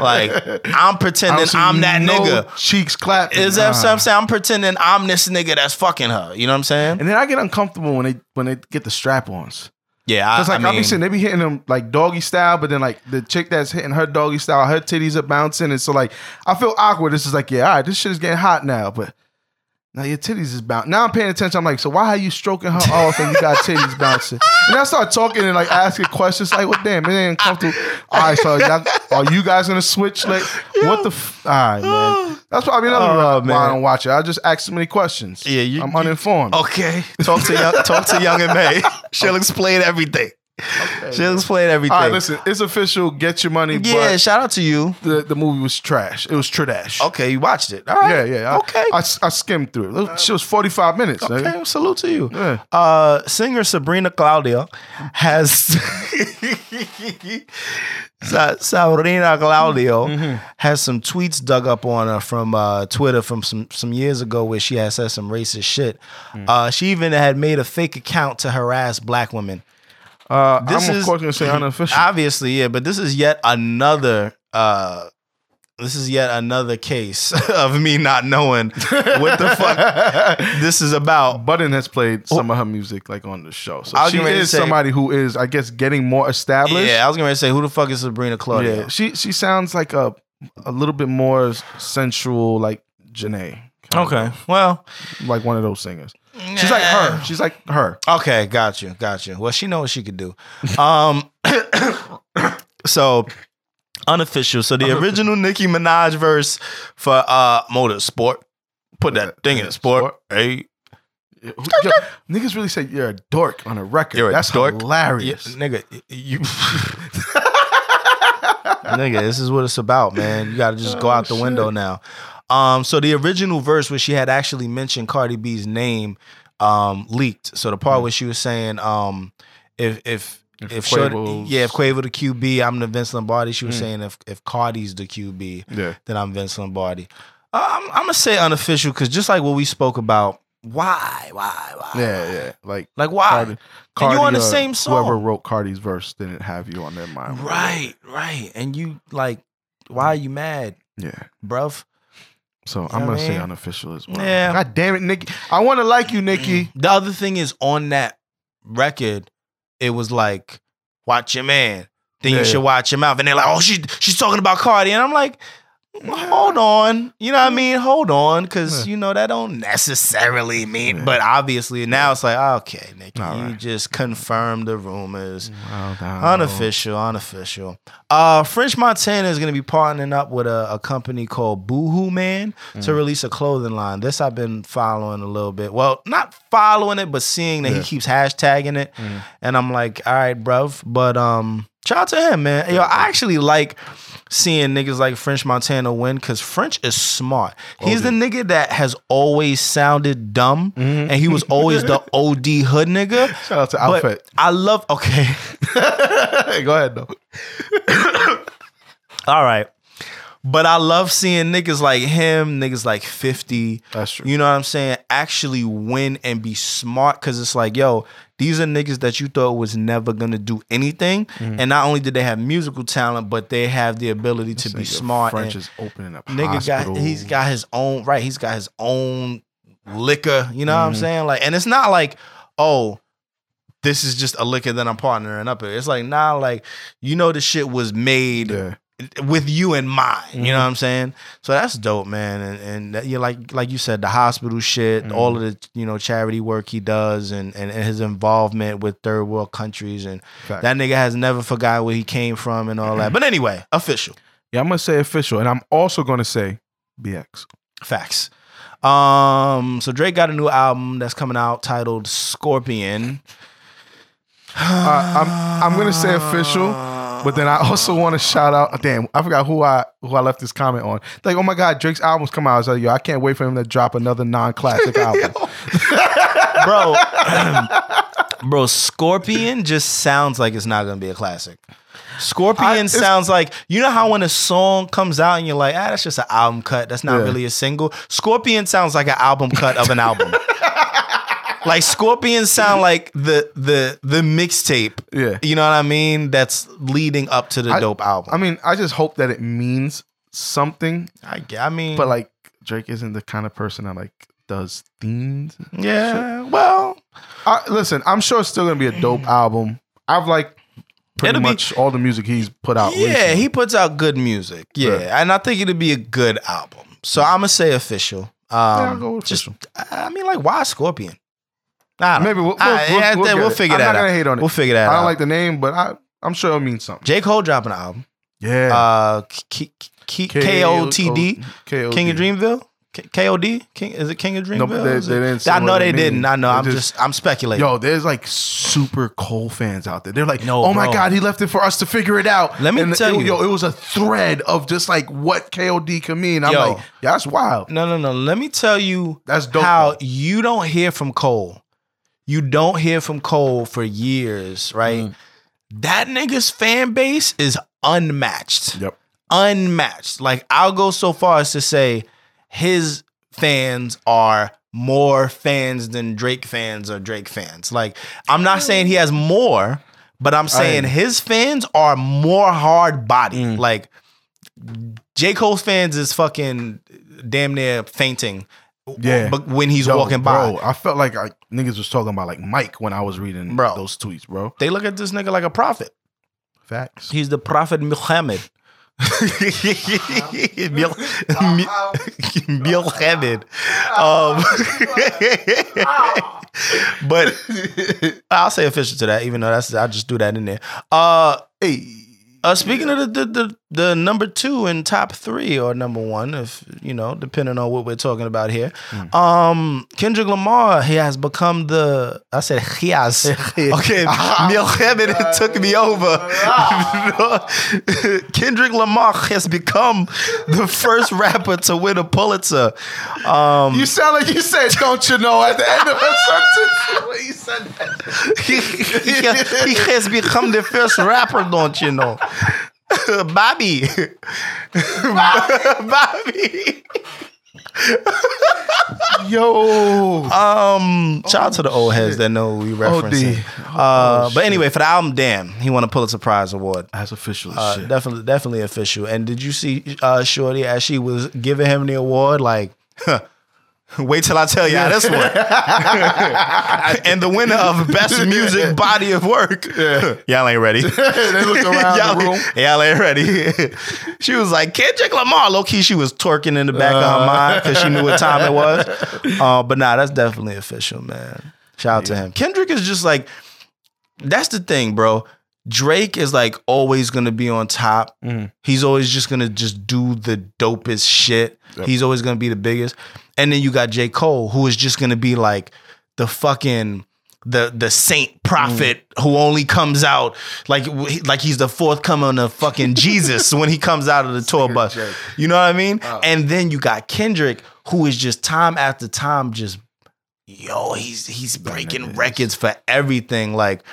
S2: like I'm
S1: I
S2: pretending
S1: don't see
S2: I'm that
S1: no
S2: nigga.
S1: Cheeks clapping.
S2: Is that what
S1: Nah.
S2: I'm saying? I'm pretending I'm this nigga that's fucking her. You know what I'm saying?
S1: And then I get uncomfortable when they when they get the strap-ons.
S2: yeah, I,
S1: Cause like I,
S2: I mean,
S1: be sitting, they be hitting them like doggy style, but then like the chick that's hitting her doggy style, her titties are bouncing, and so like I feel awkward. This is like, yeah, all right, this shit is getting hot now, but now your titties is bouncing. Now I'm paying attention. I'm like, so why are you stroking her off and you
S2: [LAUGHS]
S1: got titties bouncing? And I start talking and like asking questions, like, well, damn, it ain't comfortable. All right, so y'all, are you guys gonna switch? Like, what the? F- all right, man. That's probably another
S2: Oh,
S1: reason why I
S2: man.
S1: don't watch it. I just ask so many questions.
S2: Yeah, you-
S1: I'm
S2: you-
S1: uninformed.
S2: okay, talk to young, talk to Young and May. [LAUGHS] She'll explain everything. She'll explain everything.
S1: All right, listen, it's official. Get your money.
S2: yeah,
S1: but-
S2: shout out to you.
S1: the, the movie was trash. It was tradash.
S2: Okay, you watched it. All right.
S1: Yeah, yeah. I-
S2: okay.
S1: I, s- I skimmed through it. It was- It was 45 minutes. nigga.
S2: okay, salute to you.
S1: Yeah.
S2: Uh, singer Sabrina Claudia has [LAUGHS] Sa- Sabrina Claudio
S1: Mm-hmm.
S2: has some tweets dug up on her from uh, Twitter from some some years ago where she has said some racist shit.
S1: Mm.
S2: Uh, she even had made a fake account to harass black women.
S1: Uh,
S2: This
S1: I'm,
S2: is-
S1: of course,
S2: [LAUGHS]
S1: going to say unofficial.
S2: Obviously, yeah, but this is yet another uh this is yet another case [LAUGHS] of me not knowing [LAUGHS] what the
S1: [LAUGHS]
S2: fuck this is about.
S1: Button has played some of her music like on the show. So
S2: I was
S1: she
S2: getting ready to
S1: is
S2: say-
S1: somebody who is, I guess, getting more established.
S2: Yeah, oh, I was gonna say who the fuck is Sabrina Claudio?
S1: Yeah. She she sounds like a a little bit more sensual, like Janae. kind
S2: Okay. Well,
S1: of, Like one of those singers. She's like her. She's like her.
S2: Okay, got you, got you. Well, she knows what she could do. Um, [COUGHS] so unofficial. So the original Nicki Minaj verse for uh motorsport. Put that thing in sport. Hey,
S1: Yo, niggas really say you're a dork on a record.
S2: You're a
S1: That's
S2: dork. Oh, yeah,
S1: hilarious.
S2: nigga, y-
S1: [LAUGHS]
S2: you. nigga, this is what it's about, man. You gotta
S1: Oh,
S2: just go out the window now. Um, so the original verse where she had actually mentioned Cardi B's name um leaked. So the part where she was saying, um, if if
S1: Mm. If
S2: if, Shorty-
S1: Quavo's- Mm.
S2: yeah, if Quavo the QB, I'm the Vince Lombardi. She was saying if if Cardi's the QB,
S1: yeah.
S2: then I'm Vince Lombardi. Uh, I'm, I'm gonna say unofficial because just like what we spoke about, why, why, why,
S1: Yeah, yeah. Like
S2: like why?
S1: Cardi,
S2: And you on the
S1: uh,
S2: same
S1: Whoever
S2: song.
S1: wrote Cardi's verse didn't have you on their mind.
S2: Right, right. And you like, why are you mad,
S1: Yeah.
S2: bruv?
S1: So
S2: know
S1: I'm
S2: what
S1: gonna
S2: I
S1: say
S2: mean?
S1: unofficial as well.
S2: Yeah. Mm.
S1: God damn it, Nikki. I want to like you, Nikki.
S2: The other thing is on that record, it was like, watch your man.
S1: Yeah,
S2: Then you
S1: yeah.
S2: should watch your mouth. And they're like, oh, she she's talking about Cardi. And I'm like, hold on. You know what I mean? Hold on. Cause
S1: Yeah.
S2: you know, that don't necessarily mean, but obviously now it's like, okay, Nikki,
S1: All
S2: you
S1: right.
S2: just confirmed the rumors.
S1: Well done.
S2: Unofficial, unofficial. Uh, French Montana is going to be partnering up with a, a company called Boohoo Man
S1: Mm.
S2: to release a clothing line. This I've been following a little bit. Well, not following it, but seeing that he
S1: Yeah. Mm.
S2: keeps hashtagging it, and I'm like, all right, bruv. But um, shout out to him, man. Yo, I actually like seeing niggas like French Montana win because French is smart. He's the nigga that has always sounded dumb, and he was
S1: [LAUGHS]
S2: always the OD hood nigga.
S1: Mm-hmm. Shout out to
S2: But
S1: Outfit.
S2: I love. Okay.
S1: [LAUGHS] Go ahead though.
S2: All right. But I love seeing niggas like him, niggas like 50.
S1: That's true.
S2: You know what I'm saying? Actually win and be smart because it's like, yo, these are niggas that you thought was never gonna do anything.
S1: Mm-hmm.
S2: And not only did they have musical talent, but they have the ability to be
S1: Nigga,
S2: smart.
S1: French
S2: and
S1: is opening up.
S2: nigga
S1: hospitals.
S2: got he's got his own right, he's got his own liquor. You know what
S1: Mm-hmm.
S2: I'm saying? Like, and it's not like, oh, this is just a liquor that I'm partnering up with. It's like, nah, like, you know the shit was made
S1: Yeah.
S2: with you in mind. You know what I'm saying? So that's dope, man. And and that, you like like you said, the hospital shit, all of the you know charity work he does, and, and and his involvement with third world countries, and
S1: Fact.
S2: that nigga has never forgot where he came from and all that. But anyway, official
S1: Yeah, I'm gonna say official, and I'm also gonna say BX.
S2: facts. Um, so Drake got a new album that's coming out titled Scorpion.
S1: Uh, I'm I'm gonna say official, but then I also want to shout out. Damn, I forgot who I who I left this comment on. Like, oh my god, Drake's albums come out. I was like, yo, I can't wait for him to drop another
S2: [LAUGHS]
S1: non-classic album.
S2: bro. [CLEARS THROAT] bro, Scorpion just sounds like it's not gonna be a classic. Scorpion
S1: I- it's-
S2: sounds like you know how when a song comes out and you're like, ah, that's just an album cut. That's not
S1: Yeah. [LAUGHS]
S2: really a single. Scorpion sounds like an album cut of an album. like Scorpions sound like the the the mixtape.
S1: Yeah.
S2: You know what I mean? That's leading up to the
S1: I-
S2: dope
S1: I
S2: album.
S1: mean, I just hope that it means something.
S2: I, I mean,
S1: But like Drake isn't the kind of person that like does themed.
S2: yeah. Well,
S1: I, listen, I'm sure it's still gonna be a dope album. I've like pretty
S2: Mm. It'll be-
S1: much all the music he's put out.
S2: yeah,
S1: recently.
S2: he puts out good music. Yeah,
S1: Right.
S2: and I think it'll be a good album. So I'm gonna say official. Um,
S1: I'll go with
S2: just,
S1: official.
S2: I mean, like, why Scorpion? I don't
S1: Maybe we'll, we'll,
S2: I-
S1: we'll,
S2: yeah, I
S1: we'll
S2: think
S1: get
S2: we'll
S1: it.
S2: figure
S1: I'm
S2: that
S1: not gonna
S2: out.
S1: hate on it.
S2: We'll figure that
S1: I don't
S2: out.
S1: like the name, but I, I'm sure it means something.
S2: J Cole dropping an album.
S1: yeah.
S2: Uh, K- K- K O T D.
S1: K-O-D.
S2: King of Dreamville. K- KOD. King is it King of Dreamville?
S1: No, but they-
S2: Is it-
S1: they didn't say
S2: I know
S1: what
S2: they
S1: it
S2: didn't.
S1: means.
S2: I know.
S1: They
S2: I'm
S1: just-
S2: just. I'm speculating.
S1: Yo, there's like super Cole fans out there. They're like,
S2: No,
S1: oh my
S2: bro.
S1: God, he left it for us to figure it out.
S2: Let me
S1: And
S2: tell
S1: it-
S2: you.
S1: Yo, it was a thread of just like what KOD could mean. I'm
S2: Yo.
S1: like, yeah, that's wild.
S2: No, no, no. Let me tell you
S1: That's dope,
S2: how
S1: though.
S2: you don't hear from Cole. You don't hear from Cole for years, right?
S1: Mm.
S2: That nigga's fan base is unmatched.
S1: Yep.
S2: Unmatched. Like I'll go so far as to say his fans are more fans than Drake fans or Drake fans. Like I'm
S1: Mm.
S2: not saying he has more, but I'm saying his fans are more hard body.
S1: Mm.
S2: Like J. Cole's fans is fucking damn near fainting.
S1: Yeah.
S2: But when he's
S1: Yo,
S2: walking by.
S1: bro, I felt like I, niggas was talking about like Mike when I was reading
S2: Bro.
S1: those tweets, bro.
S2: They look at this nigga like a prophet.
S1: Facts.
S2: He's the prophet Muhammad. [LAUGHS] Mil- Mi- [LAUGHS] Muhammad. Um, [LAUGHS] but I'll say official to that, even though that's I just threw that in there. Uh, uh, speaking of the, the the the number two and top three or number one, if you know, depending on what we're talking about here, um, Kendrick Lamar he has become the I said he has okay, Muhammad took me over. [LAUGHS] Kendrick Lamar has become the first [LAUGHS] rapper to win a Pulitzer. Um,
S1: You sound like you said, don't you know, at the end of a [LAUGHS] sentence when you said that.
S2: he, he has- he has become the first rapper, don't you know? [LAUGHS] Bobby. [LAUGHS] Bobby.
S1: Yo.
S2: Um, shout out to the old heads that know who we referencing. Uh, but anyway, for the album, damn, he won a Pulitzer Prize award.
S1: That's official as
S2: Uh,
S1: shit.
S2: definitely, definitely official. And did you see uh, Shorty as she was giving him the award? Like, wait till I tell you how this one. [LAUGHS] and the winner of best music body of work. Y'all ain't
S1: [LAUGHS]
S2: ready.
S1: they
S2: [LAUGHS]
S1: looked around
S2: y'all,
S1: the room.
S2: y'all ain't ready. [LAUGHS] she was like Kendrick Lamar. Low key, she was twerking in the back of
S1: Uh.
S2: her mind because she knew what time
S1: [LAUGHS]
S2: it was. Uh, but nah, that's definitely official, man. Shout out to him. Kendrick is just like, that's the thing, bro. Drake is like always gonna be on top.
S1: Mm.
S2: He's always just gonna just do the dopest shit. He's always gonna be the biggest. And then you got J. Cole, who is just gonna be like the fucking the the saint prophet who only comes out like like he's the fourth coming of fucking Jesus when he comes out of the tour bus.
S1: Jake.
S2: You know what I mean? And then you got Kendrick who is just time after time just yo, he's he's breaking records for everything like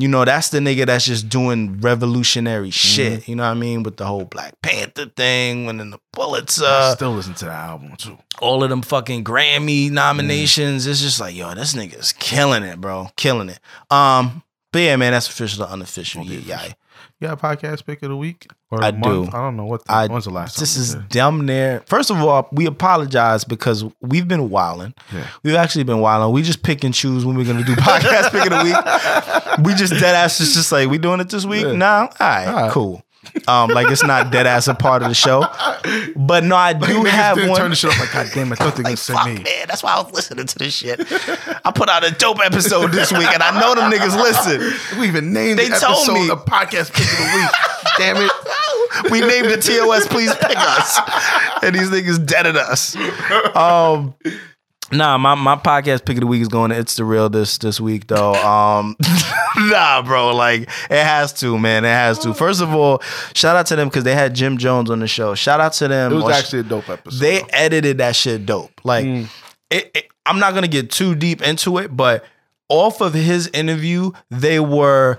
S2: you know, that's the nigga that's just doing revolutionary shit. You know what I mean? With the whole Black Panther thing, winning the Pulitzer
S1: I still listen to the album too.
S2: all of them fucking Grammy nominations.
S1: Mm.
S2: It's just like, yo, this nigga's killing it, bro. Killing it. Um, but yeah, man, that's official or unofficial. Yeah, yeah.
S1: You got a podcast pick of the week? Or
S2: I
S1: the month?
S2: do.
S1: I don't know what the,
S2: I-
S1: when's the last time.
S2: This
S1: you
S2: is
S1: did?
S2: dumb near. First of all, we apologize because we've been wilding.
S1: Yeah.
S2: We've actually been wilding. We just pick and choose when we're gonna do podcast pick of the
S1: [LAUGHS]
S2: week. We just dead ass is just like we doing it this week.
S1: Yeah.
S2: Nah, all right,
S1: right.
S2: cool. Um, like it's not dead ass a part of the show. But no, I do
S1: Niggas
S2: have
S1: didn't
S2: one.
S1: turn the shit off like god damn, I thought they were gonna
S2: Fuck,
S1: send me.
S2: man. That's why I was listening to this shit. I put out a dope episode this week, and I know them niggas listen.
S1: We even named
S2: They
S1: the
S2: told
S1: episode
S2: me.
S1: a podcast pick of the week.
S2: [LAUGHS]
S1: damn it.
S2: We named it TOS, please pick us. And these niggas deaded us. Um, nah, my, my podcast pick of the week is going to It's the Real this this week, though. Um, [LAUGHS] nah, bro. Like, it has to, man. It has to. First of all, shout out to them because they had Jim Jones on the show. Shout out to them.
S1: It was
S2: Or-
S1: actually a dope episode. Mm.
S2: they edited that shit dope. Like, it, it- I'm not gonna get too deep into it, but off of his interview, they were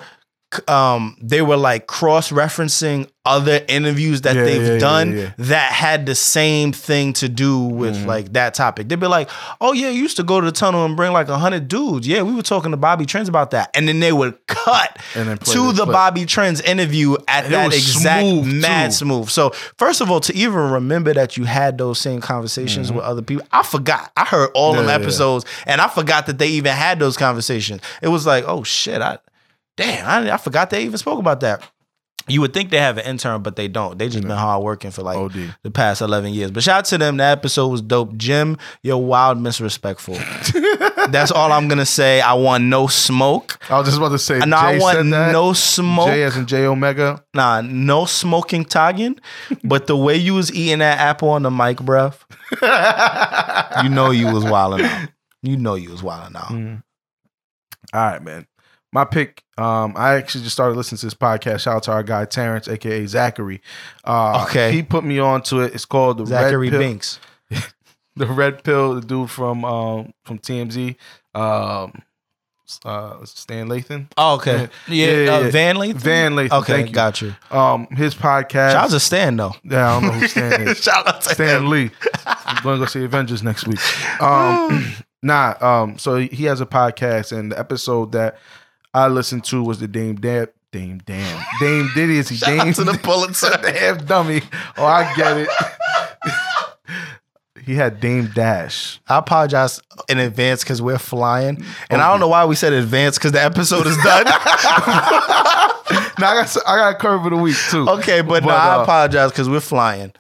S2: um they were like cross referencing other interviews that
S1: Yeah,
S2: they've
S1: yeah, yeah,
S2: done
S1: yeah. Mm.
S2: that had the same thing to do with like that topic. They'd be like, "Oh yeah, you used to go to the tunnel and bring like a hundred dudes. Yeah, we were talking to Bobby Trends about that." And then they would cut
S1: And then play
S2: to
S1: the
S2: the
S1: clip.
S2: Bobby Trends interview at
S1: And it
S2: that
S1: was
S2: exact
S1: smooth,
S2: mad
S1: too.
S2: smooth. So first of all, to even remember that you had those same conversations with other people, I forgot. I heard all
S1: Mm-hmm. Yeah,
S2: them
S1: yeah.
S2: episodes, and I forgot that they even had those conversations. It was like, oh shit, I damn, I, I forgot they even spoke about that. You would think they have an intern, but they don't. They just been hard working for like
S1: OD.
S2: the past eleven years. But shout out to them. That episode was dope. Jim, you're wild, disrespectful.
S1: [LAUGHS]
S2: That's all I'm gonna say. I want no smoke.
S1: I was just about to say.
S2: No, I
S1: Jay
S2: want
S1: said that.
S2: no smoke.
S1: Jay as in J Omega.
S2: Nah, no smoking togging, but the way you was eating that apple on the mic, bruv, you know you was wilding out. You know you was wilding out.
S1: Mm. All right, man. My pick. Um, I actually just started listening to this podcast. Shout out to our guy Terrence, aka Zachary. Uh,
S2: Okay.
S1: he put me onto it. It's called the
S2: Zachary
S1: Red Pill.
S2: Binks.
S1: The Red Pill, the dude from um from TMZ, um, uh, Stan Lathan,
S2: Oh, okay.
S1: Yeah,
S2: Yeah,
S1: yeah,
S2: uh,
S1: yeah.
S2: Van Lathan?
S1: Van Lathan.
S2: Okay,
S1: thank you.
S2: got you.
S1: Um, his podcast.
S2: Shout out to
S1: [LAUGHS]
S2: Stan though.
S1: yeah, I don't know who Stan [LAUGHS] is.
S2: Shout out to
S1: Stan Lee. I'm going to go see Avengers next week. Um, [CLEARS THROAT] nah, um, so he has a podcast, and the episode that I listened to was the Dame Dam. Dame Dam. Dame Diddy is he? Dame
S2: to the [LAUGHS] Pulitzer.
S1: Damn Dummy. Oh, I get it. [LAUGHS] he had Dame Dash.
S2: I apologize in advance because we're flying, and I don't know why we said advance because the episode is
S1: [LAUGHS]
S2: done. [LAUGHS]
S1: Now I got I got a curve of the week too.
S2: okay, but, no,
S1: But,
S2: I
S1: uh,
S2: apologize because we're flying.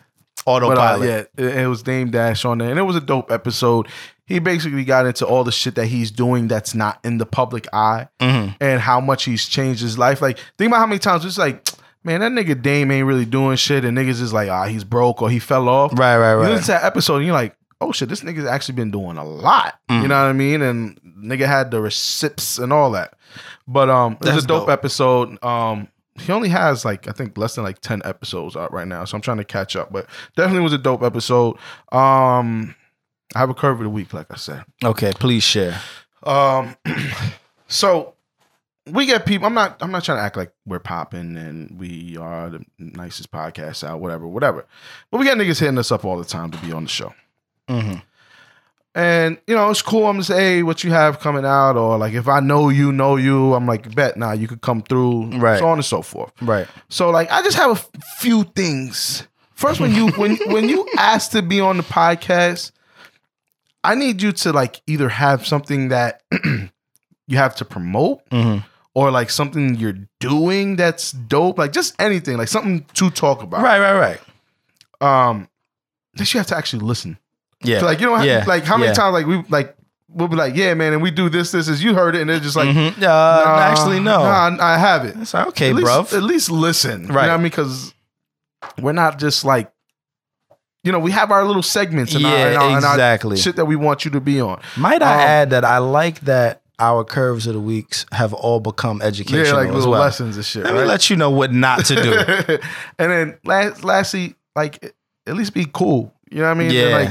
S1: But uh,
S2: Autopilot.
S1: yeah, it, it was Dame Dash on there, and it was a dope episode. He basically got into all the shit that he's doing that's not in the public eye, and how much he's changed his life. Like, think about how many times it's like, man, that nigga Dame ain't really doing shit, and niggas is like, ah, he's broke or he fell off.
S2: Right, right,
S1: You
S2: right.
S1: listen to that episode, and you're like, oh shit, this nigga's actually been doing a lot.
S2: Mm.
S1: You know what I mean? And nigga had the receipts and all that. But um, it was
S2: That's
S1: a dope,
S2: dope.
S1: episode. Um, he only has like I think less than like ten episodes out right now, so I'm trying to catch up. But definitely was a dope episode. Um, I have a curve of the week, like I said.
S2: Okay, please share.
S1: Um, [CLEARS THROAT] so we get people. I'm not. I'm not trying to act like we're popping and we are the nicest podcast out, whatever, whatever. But we got niggas hitting us up all the time to be on the show.
S2: Mhm.
S1: And you know it's cool. I'm just hey, what you have coming out, or like if I know you, know you. I'm like bet now nah, you could come through,
S2: Right.
S1: So on and so forth.
S2: Right.
S1: So like I just have a f- few things. First, when you
S2: [LAUGHS]
S1: when when you ask to be on the podcast, I need you to like either have something that [CLEARS THROAT] you have to promote
S2: Mhm.
S1: or like something you're doing that's dope, like just anything, like something to talk about.
S2: Right, right, right.
S1: Um, that you have to actually listen.
S2: Yeah.
S1: So, like you don't have,
S2: Yeah.
S1: like how many
S2: Yeah.
S1: times like we like we'll be like yeah man and we do this this is you heard it and they're just like
S2: Mhm. Uh,
S1: Mm-hmm. "Nah,
S2: actually, no.
S1: nah, I have it
S2: It's like, okay,
S1: at least,
S2: bruv.
S1: At least listen. You
S2: Right.
S1: know what I mean? Because we're not just like, you know, we have our little segments and, our,
S2: Yeah,
S1: and, our, and our
S2: exactly.
S1: shit that we want you to be on.
S2: Might I
S1: um,
S2: add that I like that our curves of the weeks have all become educational
S1: Yeah, like
S2: as
S1: little
S2: well.
S1: lessons and shit.
S2: Let me
S1: right?
S2: let you know what not to
S1: [LAUGHS]
S2: do.
S1: and then last, lastly, like, at least be cool. You know what I mean?
S2: Yeah.
S1: Like,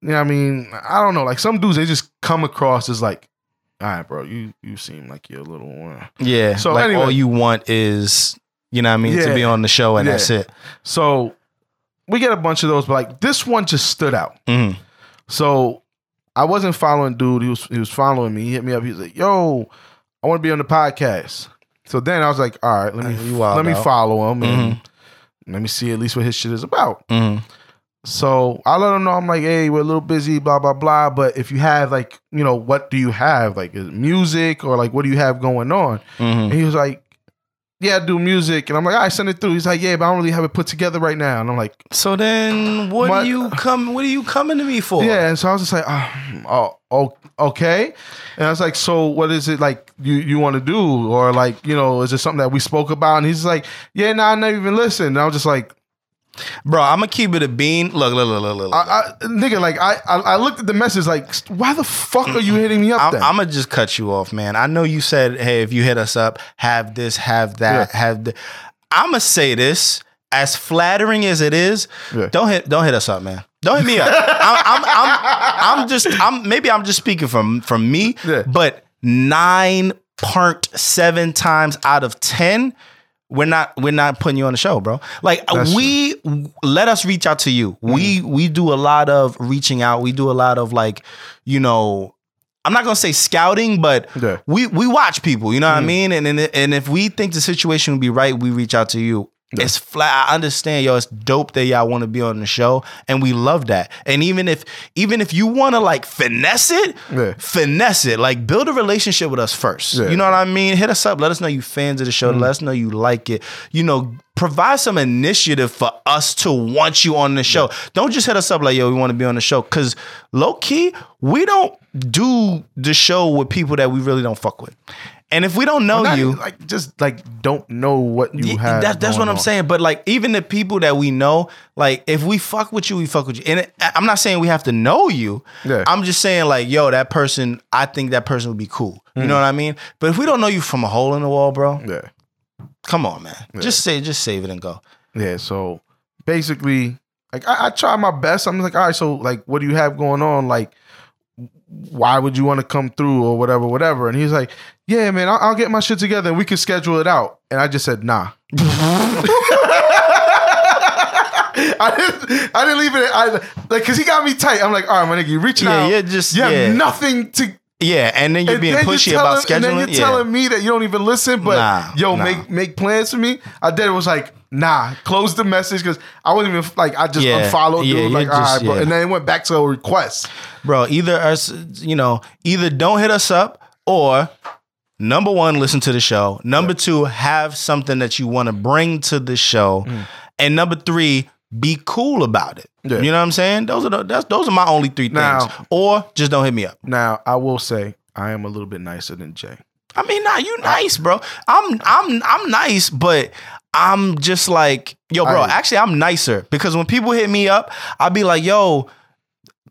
S1: you know what I mean? I don't know. Like, some dudes, they just come across as like, all right, bro, you, you seem like you're a little. uh."
S2: yeah.
S1: So,
S2: like
S1: anyway.
S2: all you want is, you know what I mean,
S1: Yeah.
S2: to be on the show and
S1: Yeah.
S2: that's it.
S1: So we get a bunch of those, but like this one just stood out.
S2: Mhm.
S1: So I wasn't following dude. He was he was following me. He hit me up. He was like, "Yo, I want to be on the podcast." So then I was like, "All right, let me
S2: Uh, you wild
S1: let me
S2: out. Mm-hmm.
S1: follow him and let me see at least what his shit is about."
S2: Mhm.
S1: So I let him know I'm like, "Hey, we're a little busy, blah blah blah." But if you have like, you know, what do you have? Like, is it music or like what do you have going on?
S2: Mhm.
S1: And he was like, "Yeah, I do music." And I'm like, "I send it through." He's like, "Yeah, but I don't really have it put together right now." And I'm like,
S2: So then, what
S1: My-
S2: are you come? What are you coming to me for?
S1: Yeah, and so I was just like, oh, oh, oh, okay. And I was like, so what is it like you, you want to do? Or like, you know, is it something that we spoke about? And he's like, yeah, no, nah, I never even listened. And I was just like,
S2: bro. I'm gonna keep it a bean. Look, look, look, look, look. look.
S1: I, I, nigga, like, I, I I looked at the message, like, why the fuck are you hitting me up
S2: I'm,
S1: then?
S2: I'm gonna just cut you off, man. I know you said, hey, if you hit us up, have this, have that, have. Th-. I'm gonna say this, as flattering as it is,
S1: Yeah.
S2: don't hit, don't hit us up, man. Don't
S1: [LAUGHS]
S2: hit me up. I'm, I'm, I'm, I'm just, I'm maybe I'm just speaking from from me,
S1: Yeah.
S2: but nine parked seven times out of ten, we're not we're not putting you on the show, bro. Like
S1: That's Mm.
S2: we let us reach out to you. We we do a lot of reaching out. We do a lot of like, you know, I'm not gonna say scouting, but
S1: Yeah. Mm-hmm.
S2: we we watch people. You know what I mean? And, and and if we think the situation would be right, we reach out to you. It's flat. I understand, yo. It's dope that y'all want to be on the show, and we love that. And even if even if you want to like finesse it,
S1: Yeah.
S2: finesse it. Like build a relationship with us first.
S1: Yeah. Mm.
S2: You know what I mean? Hit us up. Let us know you fans of the show. Let us know you like it. You know, provide some initiative for us to want you on the show. Don't just hit us up like, yo, we want to be on the show. Cause low key, we don't do the show with people that we really don't fuck with. And if we don't know
S1: Not
S2: you,
S1: even, like just like don't know what you
S2: yeah,
S1: have.
S2: E, That, that's
S1: going
S2: what I'm
S1: on.
S2: saying. But like, even the people that we know, like, if we fuck with you, we fuck with you. And it, I- I'm not saying we have to know you.
S1: Yeah.
S2: I'm just saying like, yo, that person, I think that person would be cool. You know what I mean? But if we don't know you from a hole in the wall, bro,
S1: Mm. Yeah,
S2: come on, man. Just say, just save it and go.
S1: yeah. So basically, like I, I try my best. I'm like, all right. So like, what do you have going on? Like, why would you want to come through or whatever, whatever? And he's like, yeah, man, I'll, I'll get my shit together. and We can schedule it out. And I just said, nah. [LAUGHS] I didn't. I didn't leave it. I like because he got me tight. I'm like, all right, my nigga, you reaching
S2: Yeah,
S1: out.
S2: you're just-
S1: you have
S2: yeah.
S1: nothing to
S2: Yeah, and then you're
S1: And
S2: being
S1: then
S2: pushy
S1: tell
S2: about
S1: him- And
S2: scheduling.
S1: then you're
S2: yeah.
S1: telling me that you don't even listen, but
S2: Nah,
S1: yo,
S2: nah.
S1: make make plans for me. I did it was like, nah, close the message because I wasn't even like I just
S2: Yeah,
S1: unfollowed
S2: yeah,
S1: dude.
S2: you're
S1: Like, all
S2: just-
S1: right, bro.
S2: yeah.
S1: And then it went back to a request.
S2: bro either us you know either don't hit us up or number one listen to the show number two have something that you want to bring to the show and number three be cool about it
S1: Yeah.
S2: you know what i'm saying those are the, that's, those are my only three
S1: Now-
S2: things or just don't hit me up
S1: Now I will say I am a little bit nicer than Jay.
S2: i mean nah you nice bro i'm i'm i'm nice but i'm just like yo bro
S1: I-
S2: actually i'm nicer because when people hit me up i'll be like yo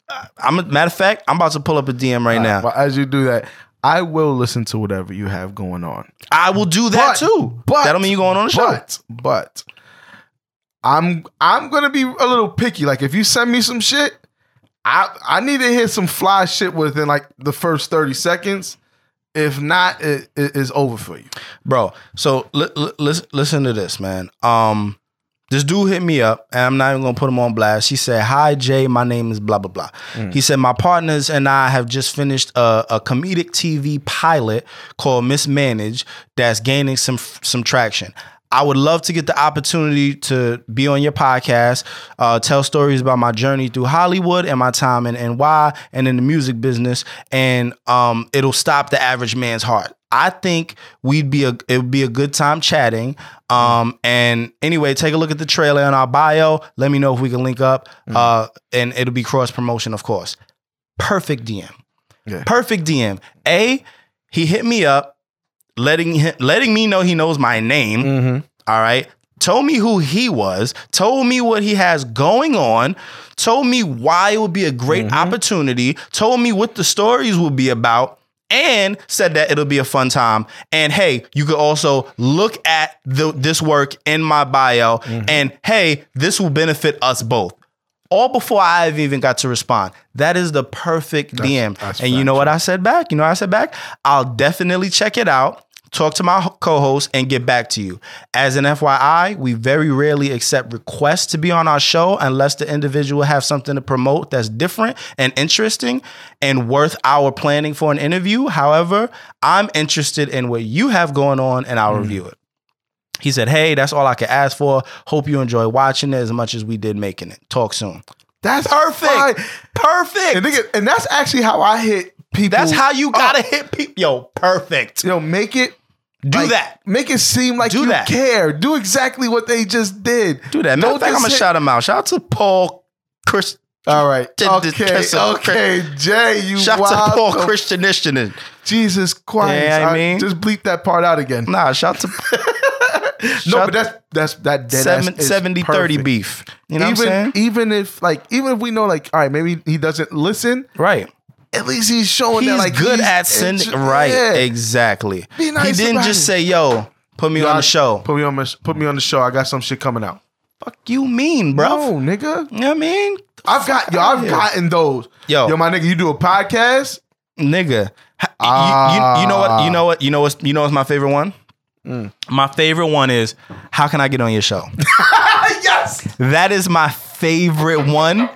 S2: I- i'm a matter of fact i'm about to pull up a dm right now
S1: Uh, But as you do that, I will listen to whatever you have going on.
S2: I will do that
S1: But-
S2: too.
S1: but-
S2: that don't mean you going on the show.
S1: But but I'm I'm gonna be a little picky. Like if you send me some shit, I I need to hear some fly shit within like the first thirty seconds. If not, it it is over for you.
S2: Bro, so li- li- listen, listen to this, man. Um, this dude hit me up, and I'm not even gonna put him on blast. He said, "Hi Jay, my name is blah blah blah." He said, "My partners and I have just finished a, a comedic TV pilot called Mismanage that's gaining some some traction. I would love to get the opportunity to be on your podcast, uh, tell stories about my journey through Hollywood and my time in NY and in the music business, and um, it'll stop the average man's heart. I think we'd be a it would be a good time chatting. Um, and anyway, take a look at the trailer in our bio. Let me know if we can link up. Uh, and it'll be cross promotion, of course. Perfect DM.
S1: Yeah.
S2: Perfect DM. A, he hit me up, letting him, letting me know he knows my name. All right. Told me who he was, told me what he has going on, told me why it would be a great opportunity, told me what the stories will be about, and said that it'll be a fun time. And hey, you could also look at the, this work in my bio, and hey, this will benefit us both. All before I've even got to respond. That is the perfect DM.
S1: that's
S2: and you know what I said back? You know what I said back? I'll definitely check it out, talk to my co host, and get back to you. As an FYI, we very rarely accept requests to be on our show unless the individual has something to promote that's different and interesting and worth our planning for an interview. However, I'm interested in what you have going on and
S1: Hmm.
S2: I'll review it. He said, Hey, that's all I could ask for. Hope you enjoy watching it as much as we did making it. Talk soon.
S1: That's
S2: Perfect.
S1: fine.
S2: Perfect.
S1: And nigga, and that's actually how I hit people.
S2: That's how you gotta hit people. Yo, perfect.
S1: you know make it
S2: Do
S1: like,
S2: that.
S1: Make it seem like
S2: Do
S1: you
S2: that.
S1: care. Do exactly what they just did.
S2: Do that. Matter
S1: Don't
S2: of fact, I'm
S1: just
S2: gonna
S1: hit-
S2: shout him out. Shout out to Paul Chris.
S1: All right.
S2: Did this
S1: Okay.
S2: person-
S1: Okay. Jay, you
S2: Shout out
S1: wild
S2: to Paul
S1: the
S2: Christianishin.
S1: Jesus Christ.
S2: Yeah, I
S1: I-
S2: mean.
S1: Just bleep that part out again.
S2: Nah, shout to
S1: No,
S2: Shout-
S1: but that's that's that [LAUGHS] dead ass
S2: seven,
S1: is
S2: 70 30
S1: perfect.
S2: beef. You know
S1: even e-,
S2: what I'm saying?
S1: even if like even if we know like all right maybe he doesn't listen
S2: Right.
S1: at least he's showing
S2: He's
S1: that like
S2: good
S1: he's-
S2: at sending.
S1: it's-
S2: Right.
S1: yeah.
S2: Exactly.
S1: Be
S2: he
S1: nice
S2: didn't
S1: about
S2: just
S1: it.
S2: say, yo, put me on the show.
S1: Put me on my, put me on the show. I got some shit coming out.
S2: Fuck you mean, bro.
S1: No, nigga.
S2: You know what I mean?
S1: I've got yo. I've gotten those.
S2: Yo.
S1: yo, my nigga. You do a podcast.
S2: Nigga. Ha-
S1: Ah.
S2: You, you, you know what? You know what? You know what's you know what's my favorite one? My favorite one is how can I get on your show?
S1: yes.
S2: That is my favorite one.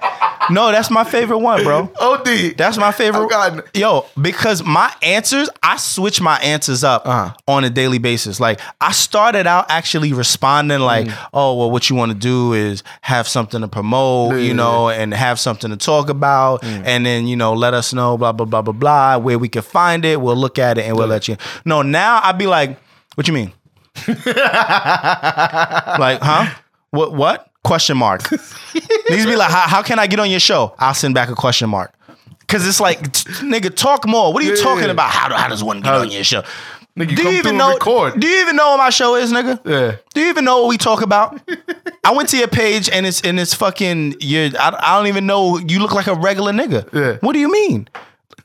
S2: No, that's my favorite one, bro.
S1: Od.
S2: That's my favorite.
S1: I've gotten-
S2: Yo, because my answers, I switch my answers up
S1: Uh-huh.
S2: on a daily basis. Like I started out actually responding like,
S1: Mm.
S2: "Oh, well, what you want to do is have something to promote,
S1: Yeah. Mm.
S2: you know, and have something to talk about, and then you know, let us know, blah blah blah blah blah, where we can find it. We'll look at it and we'll let you." No, now I'd be like, "What you mean? like, huh? What? What? Question mark." Niggas be like, how, how can I get on your show? I'll send back a question mark. Cause it's like, t- nigga, talk more. What are you
S1: Yeah.
S2: talking about? How, do- how does one get on your show?
S1: Nigga, come through and
S2: know?
S1: record.
S2: Do you even know what my show is, nigga?
S1: Yeah.
S2: Do you even know what we
S1: [LAUGHS]
S2: talk about? I went to your page and it's and it's fucking. You're, I, I don't even know. You look like a regular nigga.
S1: Yeah.
S2: What do you mean?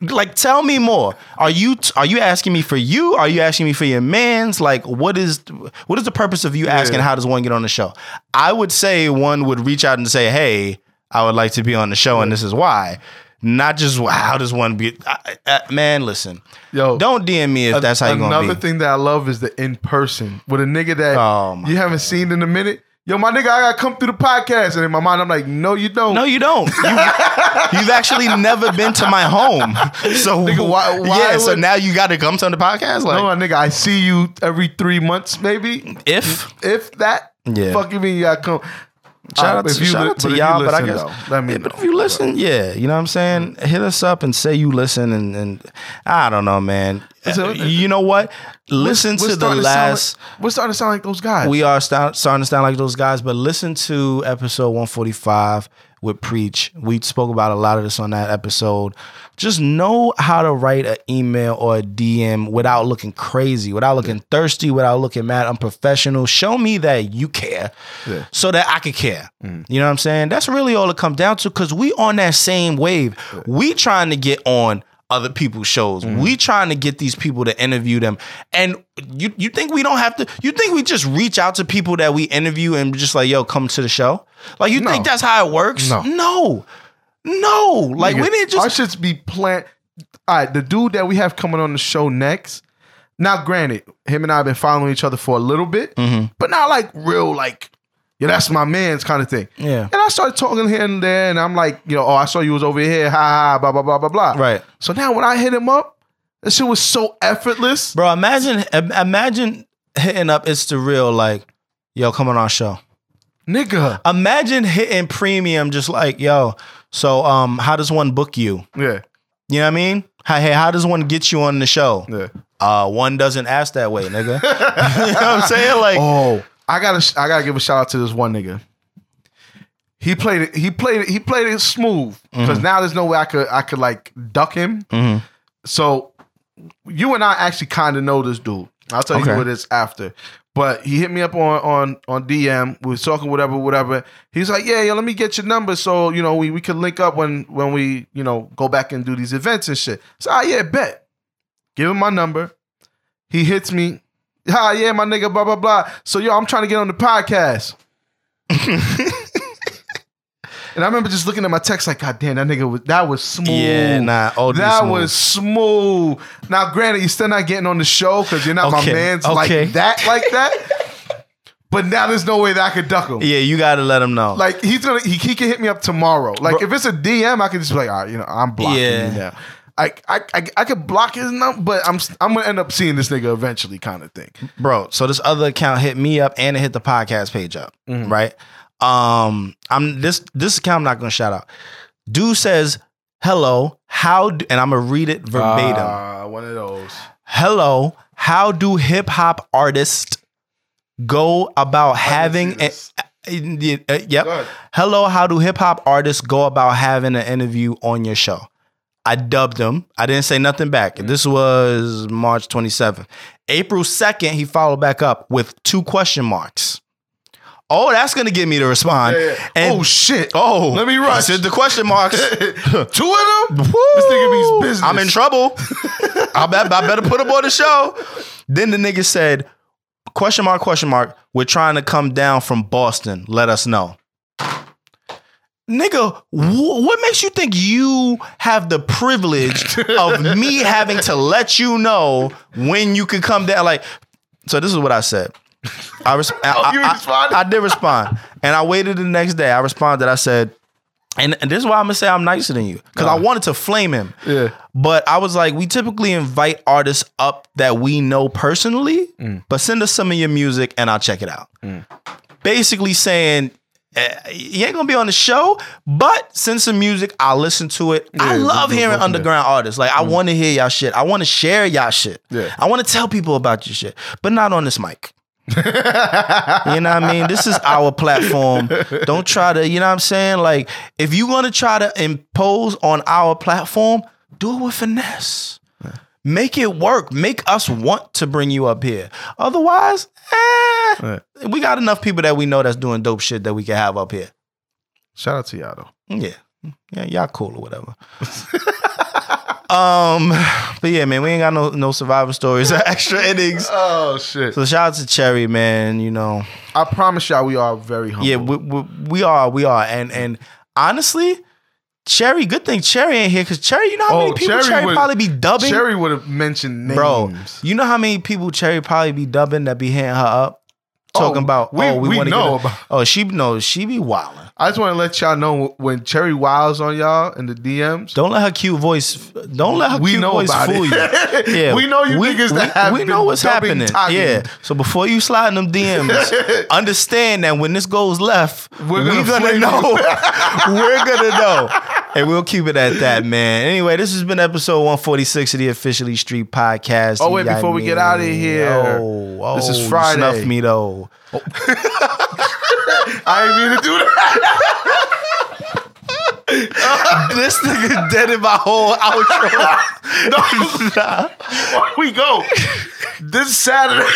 S2: Like, tell me more. Are you t- are you asking me for you? Are you asking me for your man's? Like, what is what is the purpose of you asking?
S1: Yeah.
S2: How does one get on the show? I would say one would reach out and say, "Hey, I would like to be on the show, and this is why." Not just how does one be? I, I, man, listen,
S1: Yo.
S2: don't DM me if that's how you're gonna be.
S1: Another thing that I love is the in person with a nigga that
S2: Oh, my
S1: you haven't seen in a minute. Yo, my nigga, I gotta come through the podcast, and in my mind, I'm like, no, you don't.
S2: No, you don't. You, have actually never been to my home, so
S1: Nigga, why- why
S2: yeah. so
S1: would-
S2: now you got to come to the podcast, like
S1: no, my nigga, I see you every three months, maybe,
S2: if
S1: if that.
S2: Yeah.
S1: Fuck you mean you gotta come?
S2: shout
S1: Uh,
S2: out
S1: if
S2: to,
S1: you
S2: shout
S1: li-
S2: out to
S1: if you
S2: y'all, but I
S1: listen,
S2: guess
S1: though, let me
S2: Yeah, but if
S1: know.
S2: you listen, yeah, you know what I'm saying. Hit us up and say you listen, and, and I don't know, man.
S1: So-
S2: you know what? Listen
S1: We're
S2: to the
S1: starting sound
S2: last.
S1: like- we're starting to sound like those guys.
S2: we are sta- starting to sound like those guys. But listen to episode 145 with Preach. We spoke about a lot of this on that episode. Just know how to write an email or a DM without looking crazy, without looking thirsty, without looking mad, unprofessional. Show me that you care
S1: Yeah.
S2: so that I could care. You know what I'm saying? That's really all it comes down to because we on that same wave. We trying to get on other people's shows.
S1: Mm-hmm.
S2: We trying to get these people to interview them. And you you think we don't have to you think we just reach out to people that we interview and just like, yo, come to the show? Like you think
S1: No.
S2: that's how it works?
S1: No.
S2: No. No. Like we didn't
S1: our
S2: just
S1: shits be planned. All right, the dude that we have coming on the show next. Now, granted, him and I have been following each other for a little bit,
S2: Mm-hmm.
S1: but not like real, like, yeah, that's my man's kind of thing.
S2: [LAUGHS] Yeah.
S1: And I started talking here and there, and I'm like, you know, oh, I saw you was over here, ha ha, blah blah blah blah blah.
S2: Right.
S1: So now when I hit him up, that shit was so effortless.
S2: Bro, imagine im- imagine hitting up it's the real like, yo, come on our show.
S1: Nigga.
S2: Imagine hitting premium just like, yo, so um how does one book you?
S1: Yeah,
S2: You know what I mean? How, hey, how does one get you on the show?
S1: yeah.
S2: Uh, one doesn't ask that way, nigga. [LAUGHS] you know what I'm saying? Like,
S1: Oh, I gotta I gotta give a shout out to this one nigga. He played it. He played it. He played it smooth because now there's no way I could I could like duck him. So you and I actually kind of know this dude. I'll tell
S2: Okay.
S1: you what it's after. But he hit me up on on on DM. We was talking whatever, whatever. He's like, yeah, yo, let me get your number so you know we, we can link up when when we you know go back and do these events and shit. So ah, yeah, bet. Give him my number. He hits me. Ah, yeah, my nigga, blah blah blah. So yo, I'm trying to get on the podcast.
S2: [LAUGHS]
S1: and I remember just looking at my text like, God damn, that nigga was that was smooth.
S2: yeah, nah. Oh,
S1: That was smooth. Now, granted, you're still not getting on the show because you're not my
S2: Okay,
S1: man's
S2: okay.
S1: like that, like
S2: [LAUGHS]
S1: that. but now there's no way that I could duck him.
S2: Yeah, you gotta let them know.
S1: Like he's gonna, he, he can hit me up tomorrow. Like
S2: Bro-
S1: if it's a DM, I can just be like, all right, you know, I'm blocking
S2: Yeah.
S1: you now. I, I, I, I could block his number, but I'm I'm gonna end up seeing this nigga eventually, kind of thing.
S2: bro. So this other account hit me up and it hit the podcast page up, right? Um, I'm this this account I'm not gonna shout out. Dude says hello. How do, and I'm gonna read it verbatim.
S1: Ah, one of those.
S2: Hello, how do hip hop artists go about having a,
S1: this.
S2: a- a- a- yep.
S1: Go ahead.
S2: Hello, how do hip hop artists go about having an interview on your show? I dubbed him. I didn't say nothing back.
S1: Mm.
S2: This was March 27th. April 2nd, he followed back up with two question marks. Oh, that's gonna get me to respond.
S1: Yeah, yeah.
S2: And
S1: oh
S2: [LAUGHS]
S1: shit!
S2: oh,
S1: let me rush.
S2: I said the question
S1: [LAUGHS]
S2: marks.
S1: Two of them.
S2: Woo!
S1: This nigga means business.
S2: I'm in trouble. I, bet, I better put him on the show. Then the nigga said, question mark, question mark, we're trying to come down from Boston. Let us know. Nigga, wh- what makes you think you have the privilege of
S1: [LAUGHS]
S2: me having to let you know when you could come down? Like, so this is what I said. I, res- I,
S1: Oh, you
S2: I- I-
S1: responded?
S2: I did respond, and I waited the next day. I responded. I said, and, and this is why I'm gonna say I'm nicer than you because I wanted to flame him.
S1: Yeah.
S2: But I was like, we typically invite artists up that we know personally,
S1: Mm.
S2: but send us some of your music and I'll check it out. Basically saying, eh, you ain't gonna be on the show, but send some music. I'll listen to it. I
S1: Yeah, we'll
S2: love
S1: go
S2: hearing
S1: from there.
S2: underground artists. Like, I wanna hear y'all shit. I wanna share y'all shit.
S1: Mm-hmm. Yeah.
S2: I wanna tell people about your shit, but not on this mic. You know what I mean? This is our platform. Don't try to, you know what I'm saying? Like, if you're gonna try to impose on our platform, do it with finesse. Make it work. Make us want to bring you up here. Otherwise, eh,
S1: Right.
S2: we got enough people that we know that's doing dope shit that we can have up here.
S1: Shout out to y'all though.
S2: Mm, Yeah. Yeah, y'all cool or whatever. [LAUGHS] um, but yeah, man, we ain't got no no survivor stories or [LAUGHS] extra innings.
S1: Oh shit!
S2: So shout out to Cherry, man. You know,
S1: I promise y'all, we are very humble.
S2: Yeah, we, we, we are, we are, and and honestly, Cherry. Good thing Cherry ain't here because Cherry, you know how
S1: Oh,
S2: many people
S1: Cherry
S2: Cherry,
S1: would-
S2: probably be dubbing,
S1: Cherry would have mentioned names.
S2: bro. You know how many people Cherry probably be dubbing that be hitting her up, talking
S1: Oh,
S2: about
S1: we-
S2: oh we,
S1: we
S2: want to
S1: know
S2: know.
S1: about-
S2: Oh, she knows she be wilding.
S1: I just want to let y'all know when Cherry wiles on y'all in the DMs.
S2: Don't let her cute voice. Don't let her
S1: we
S2: cute
S1: know
S2: voice
S1: about [LAUGHS]
S2: fool you.
S1: it.
S2: Yeah,
S1: we know you niggas that have
S2: we
S1: been
S2: know what's
S1: dubbing,
S2: happening.
S1: talking.
S2: Yeah, so before you slide in them
S1: [LAUGHS]
S2: DMs, understand that when this goes left,
S1: We're
S2: we're
S1: gonna
S2: gonna,
S1: flame
S2: know.
S1: you.
S2: [LAUGHS] we're gonna know, and we'll keep it at that, man. Anyway, this has been episode one forty six of the Officially Street Podcast.
S1: Oh, wait,
S2: Yeah,
S1: before we get outta here,
S2: oh, oh,
S1: this is
S2: you
S1: Friday.
S2: Snuff me though. [LAUGHS]
S1: I didn't mean to do that. [LAUGHS]
S2: this nigga deaded my whole
S1: [LAUGHS]
S2: outro.
S1: Where we go? This Saturday.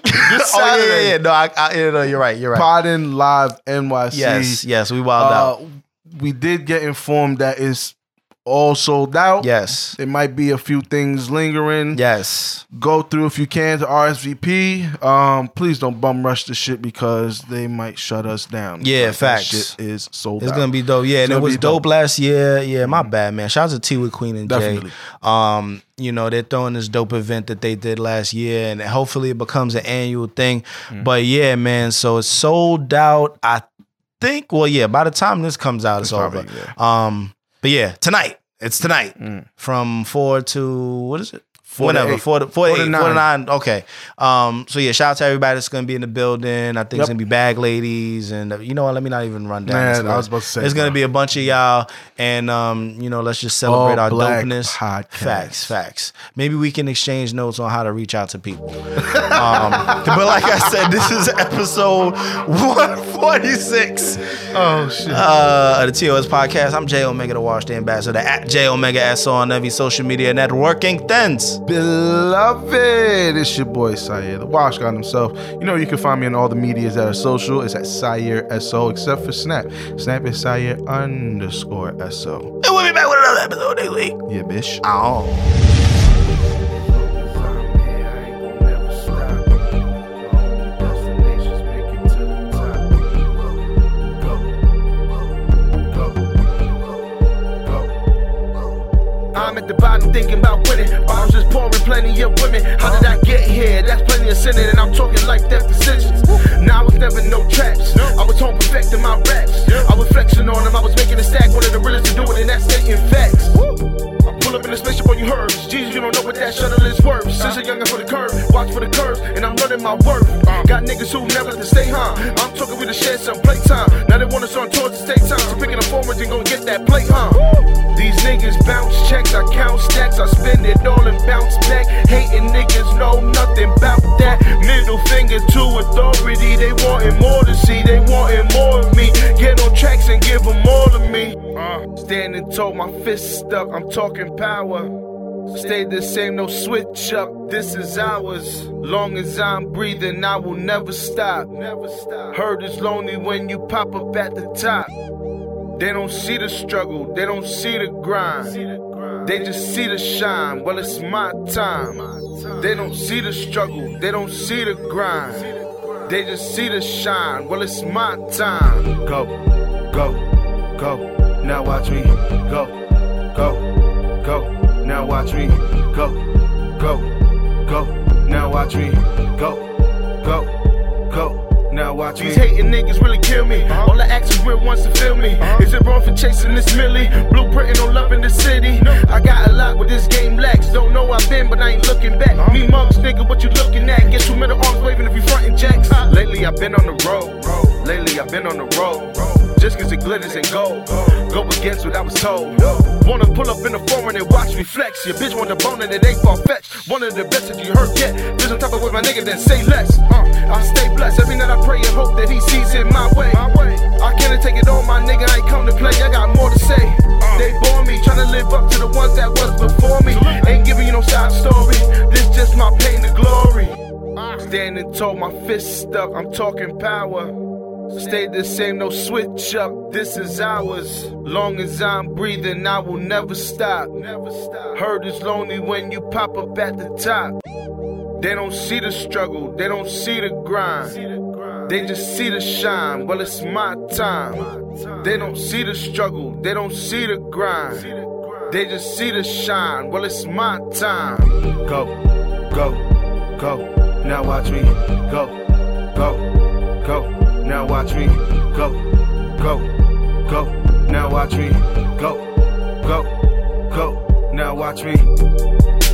S1: [LAUGHS] this Saturday.
S2: [LAUGHS] oh yeah, yeah, yeah. No, I, I, yeah, no, you're right. You're right.
S1: Podden Live NYC.
S2: yes, yes, we wild out.
S1: Uh, we did get informed that it's all sold out.
S2: Yes,
S1: There might be a few things lingering.
S2: yes.
S1: Go through if you can to RSVP. Um, please don't bum rush the shit because they might shut us down.
S2: Yeah,
S1: Like, that
S2: facts.
S1: Shit is sold
S2: It's
S1: out.
S2: gonna be dope. Yeah, and it
S1: gonna
S2: was
S1: be dope.
S2: dope. last year. Yeah, my bad, man. Shout out to T with Queen and
S1: Definitely.
S2: Jay. Um, you know, they're throwing this dope event that they did last year, and hopefully it becomes an annual thing.
S1: Mm.
S2: But yeah, man, so it's sold out. I think, well, yeah, by the time this comes out, it's,
S1: probably,
S2: over. Um, but yeah, tonight. It's tonight from four to what is it? Four
S1: to
S2: Whenever,
S1: eight.
S2: four to, four, to
S1: Mm. Four to
S2: eight,
S1: nine.
S2: four to nine. Okay. Um, so yeah, shout out to everybody that's gonna be in the building. I think
S1: Yep.
S2: it's gonna be bag ladies and uh, you know what, let me not even run down.
S1: Man,
S2: this
S1: I
S2: list.
S1: was about to say,
S2: it's
S1: bro.
S2: gonna be a bunch of y'all, and um, you know, let's just celebrate
S1: All
S2: our
S1: black
S2: dopeness.
S1: podcast.
S2: Facts, facts. Maybe we can exchange notes on how to reach out to people. um, [LAUGHS] but like I said, this is episode one forty six
S1: Oh shit.
S2: uh, of the TOS podcast. I'm J Omega, the Wash the Ambassador at J Omega S on every social media networking. Thens.
S1: Beloved, it's your boy Sire, the Wash God himself. You know you can find me on all the medias that are social. It's at Sire SO, except for Snap. Snap is Sire underscore SO.
S2: And we'll be back with another episode next week.
S1: Yeah, bitch.
S2: Ow.
S5: I'm at the bottom thinking about winning. Bottles is pouring, plenty of women. How did I get here? That's plenty of sinning, and I'm talking life death decisions. Now I was never no traps. I was home perfecting my raps. I was flexing on them. I was making a stack. One of the realest to do it, and that's stating facts. I pull up in the spaceship on you herbs. Jesus, you don't know what that shuttle is worth. Since a youngin' for the curb, watch for the curves, and I'm learning my worth. Got niggas who never to stay high. I'm talking with the share some playtime. Now they want us on tours to stay time. So picking up forwards and gon' get that play, huh? These niggas bounce checks, I count stacks, I spend it all and bounce back. Hating niggas know nothing about that. Middle finger to authority, they wanting more to see, they wanting more of me. Get on tracks and give them all of me. Uh, Standing tall, my fist up, I'm talking power. Stay the same, no switch up. This is ours. Long as I'm breathing, I will never stop. Never stop. Heard it's lonely when you pop up at the top. They don't see the struggle, they don't see the grind. They just see the shine. Well, it's my time. They don't see the struggle, they don't see the grind. They just see the shine. Well, it's my time. Go, go,
S1: go. Now watch me go, go, go. Now watch me go, go, go. Now watch me go, go, go. Now watch me. These hating niggas really kill me. All the actions real wants to feel me. Is it wrong for chasing this millie? Blueprinting on love in the city. I got a lot with this game lacks. Don't know I've been, but I ain't looking back. Me mugs, nigga, what you looking at? Get two middle arms waving if you frontin' jacks. Lately I've been on the road. Lately I've been on the road. Just cause it glitters and gold. Go against what I was told. Wanna pull up in the foreign and watch me flex. Your bitch want the bone and it ain't far fetched. One of the best that you heard yet. This on top of what my nigga then say less. Uh, I stay blessed. Every night I pray and hope that he sees it my way. My way. I can't take it on my nigga. I ain't come to play. I got more to say. They bore me, trying to live up to the ones that was before me. Ain't giving you no side story. This just my pain to glory. Ah. Standing tall, my fist stuck. I'm talking power. Stay the same, no switch up. This is ours. Long as I'm breathing, I will never stop. Never stop. Hurt is lonely when you pop up at the top. They don't see the struggle, they don't see the grind. They just see the shine. Well, it's my time. They don't see the struggle, they don't see the grind. They just see the shine. Well, it's my time. Go, go, go. Now watch me go, go, go. Now watch me go, go, go. Now watch me go, go, go. Now watch me.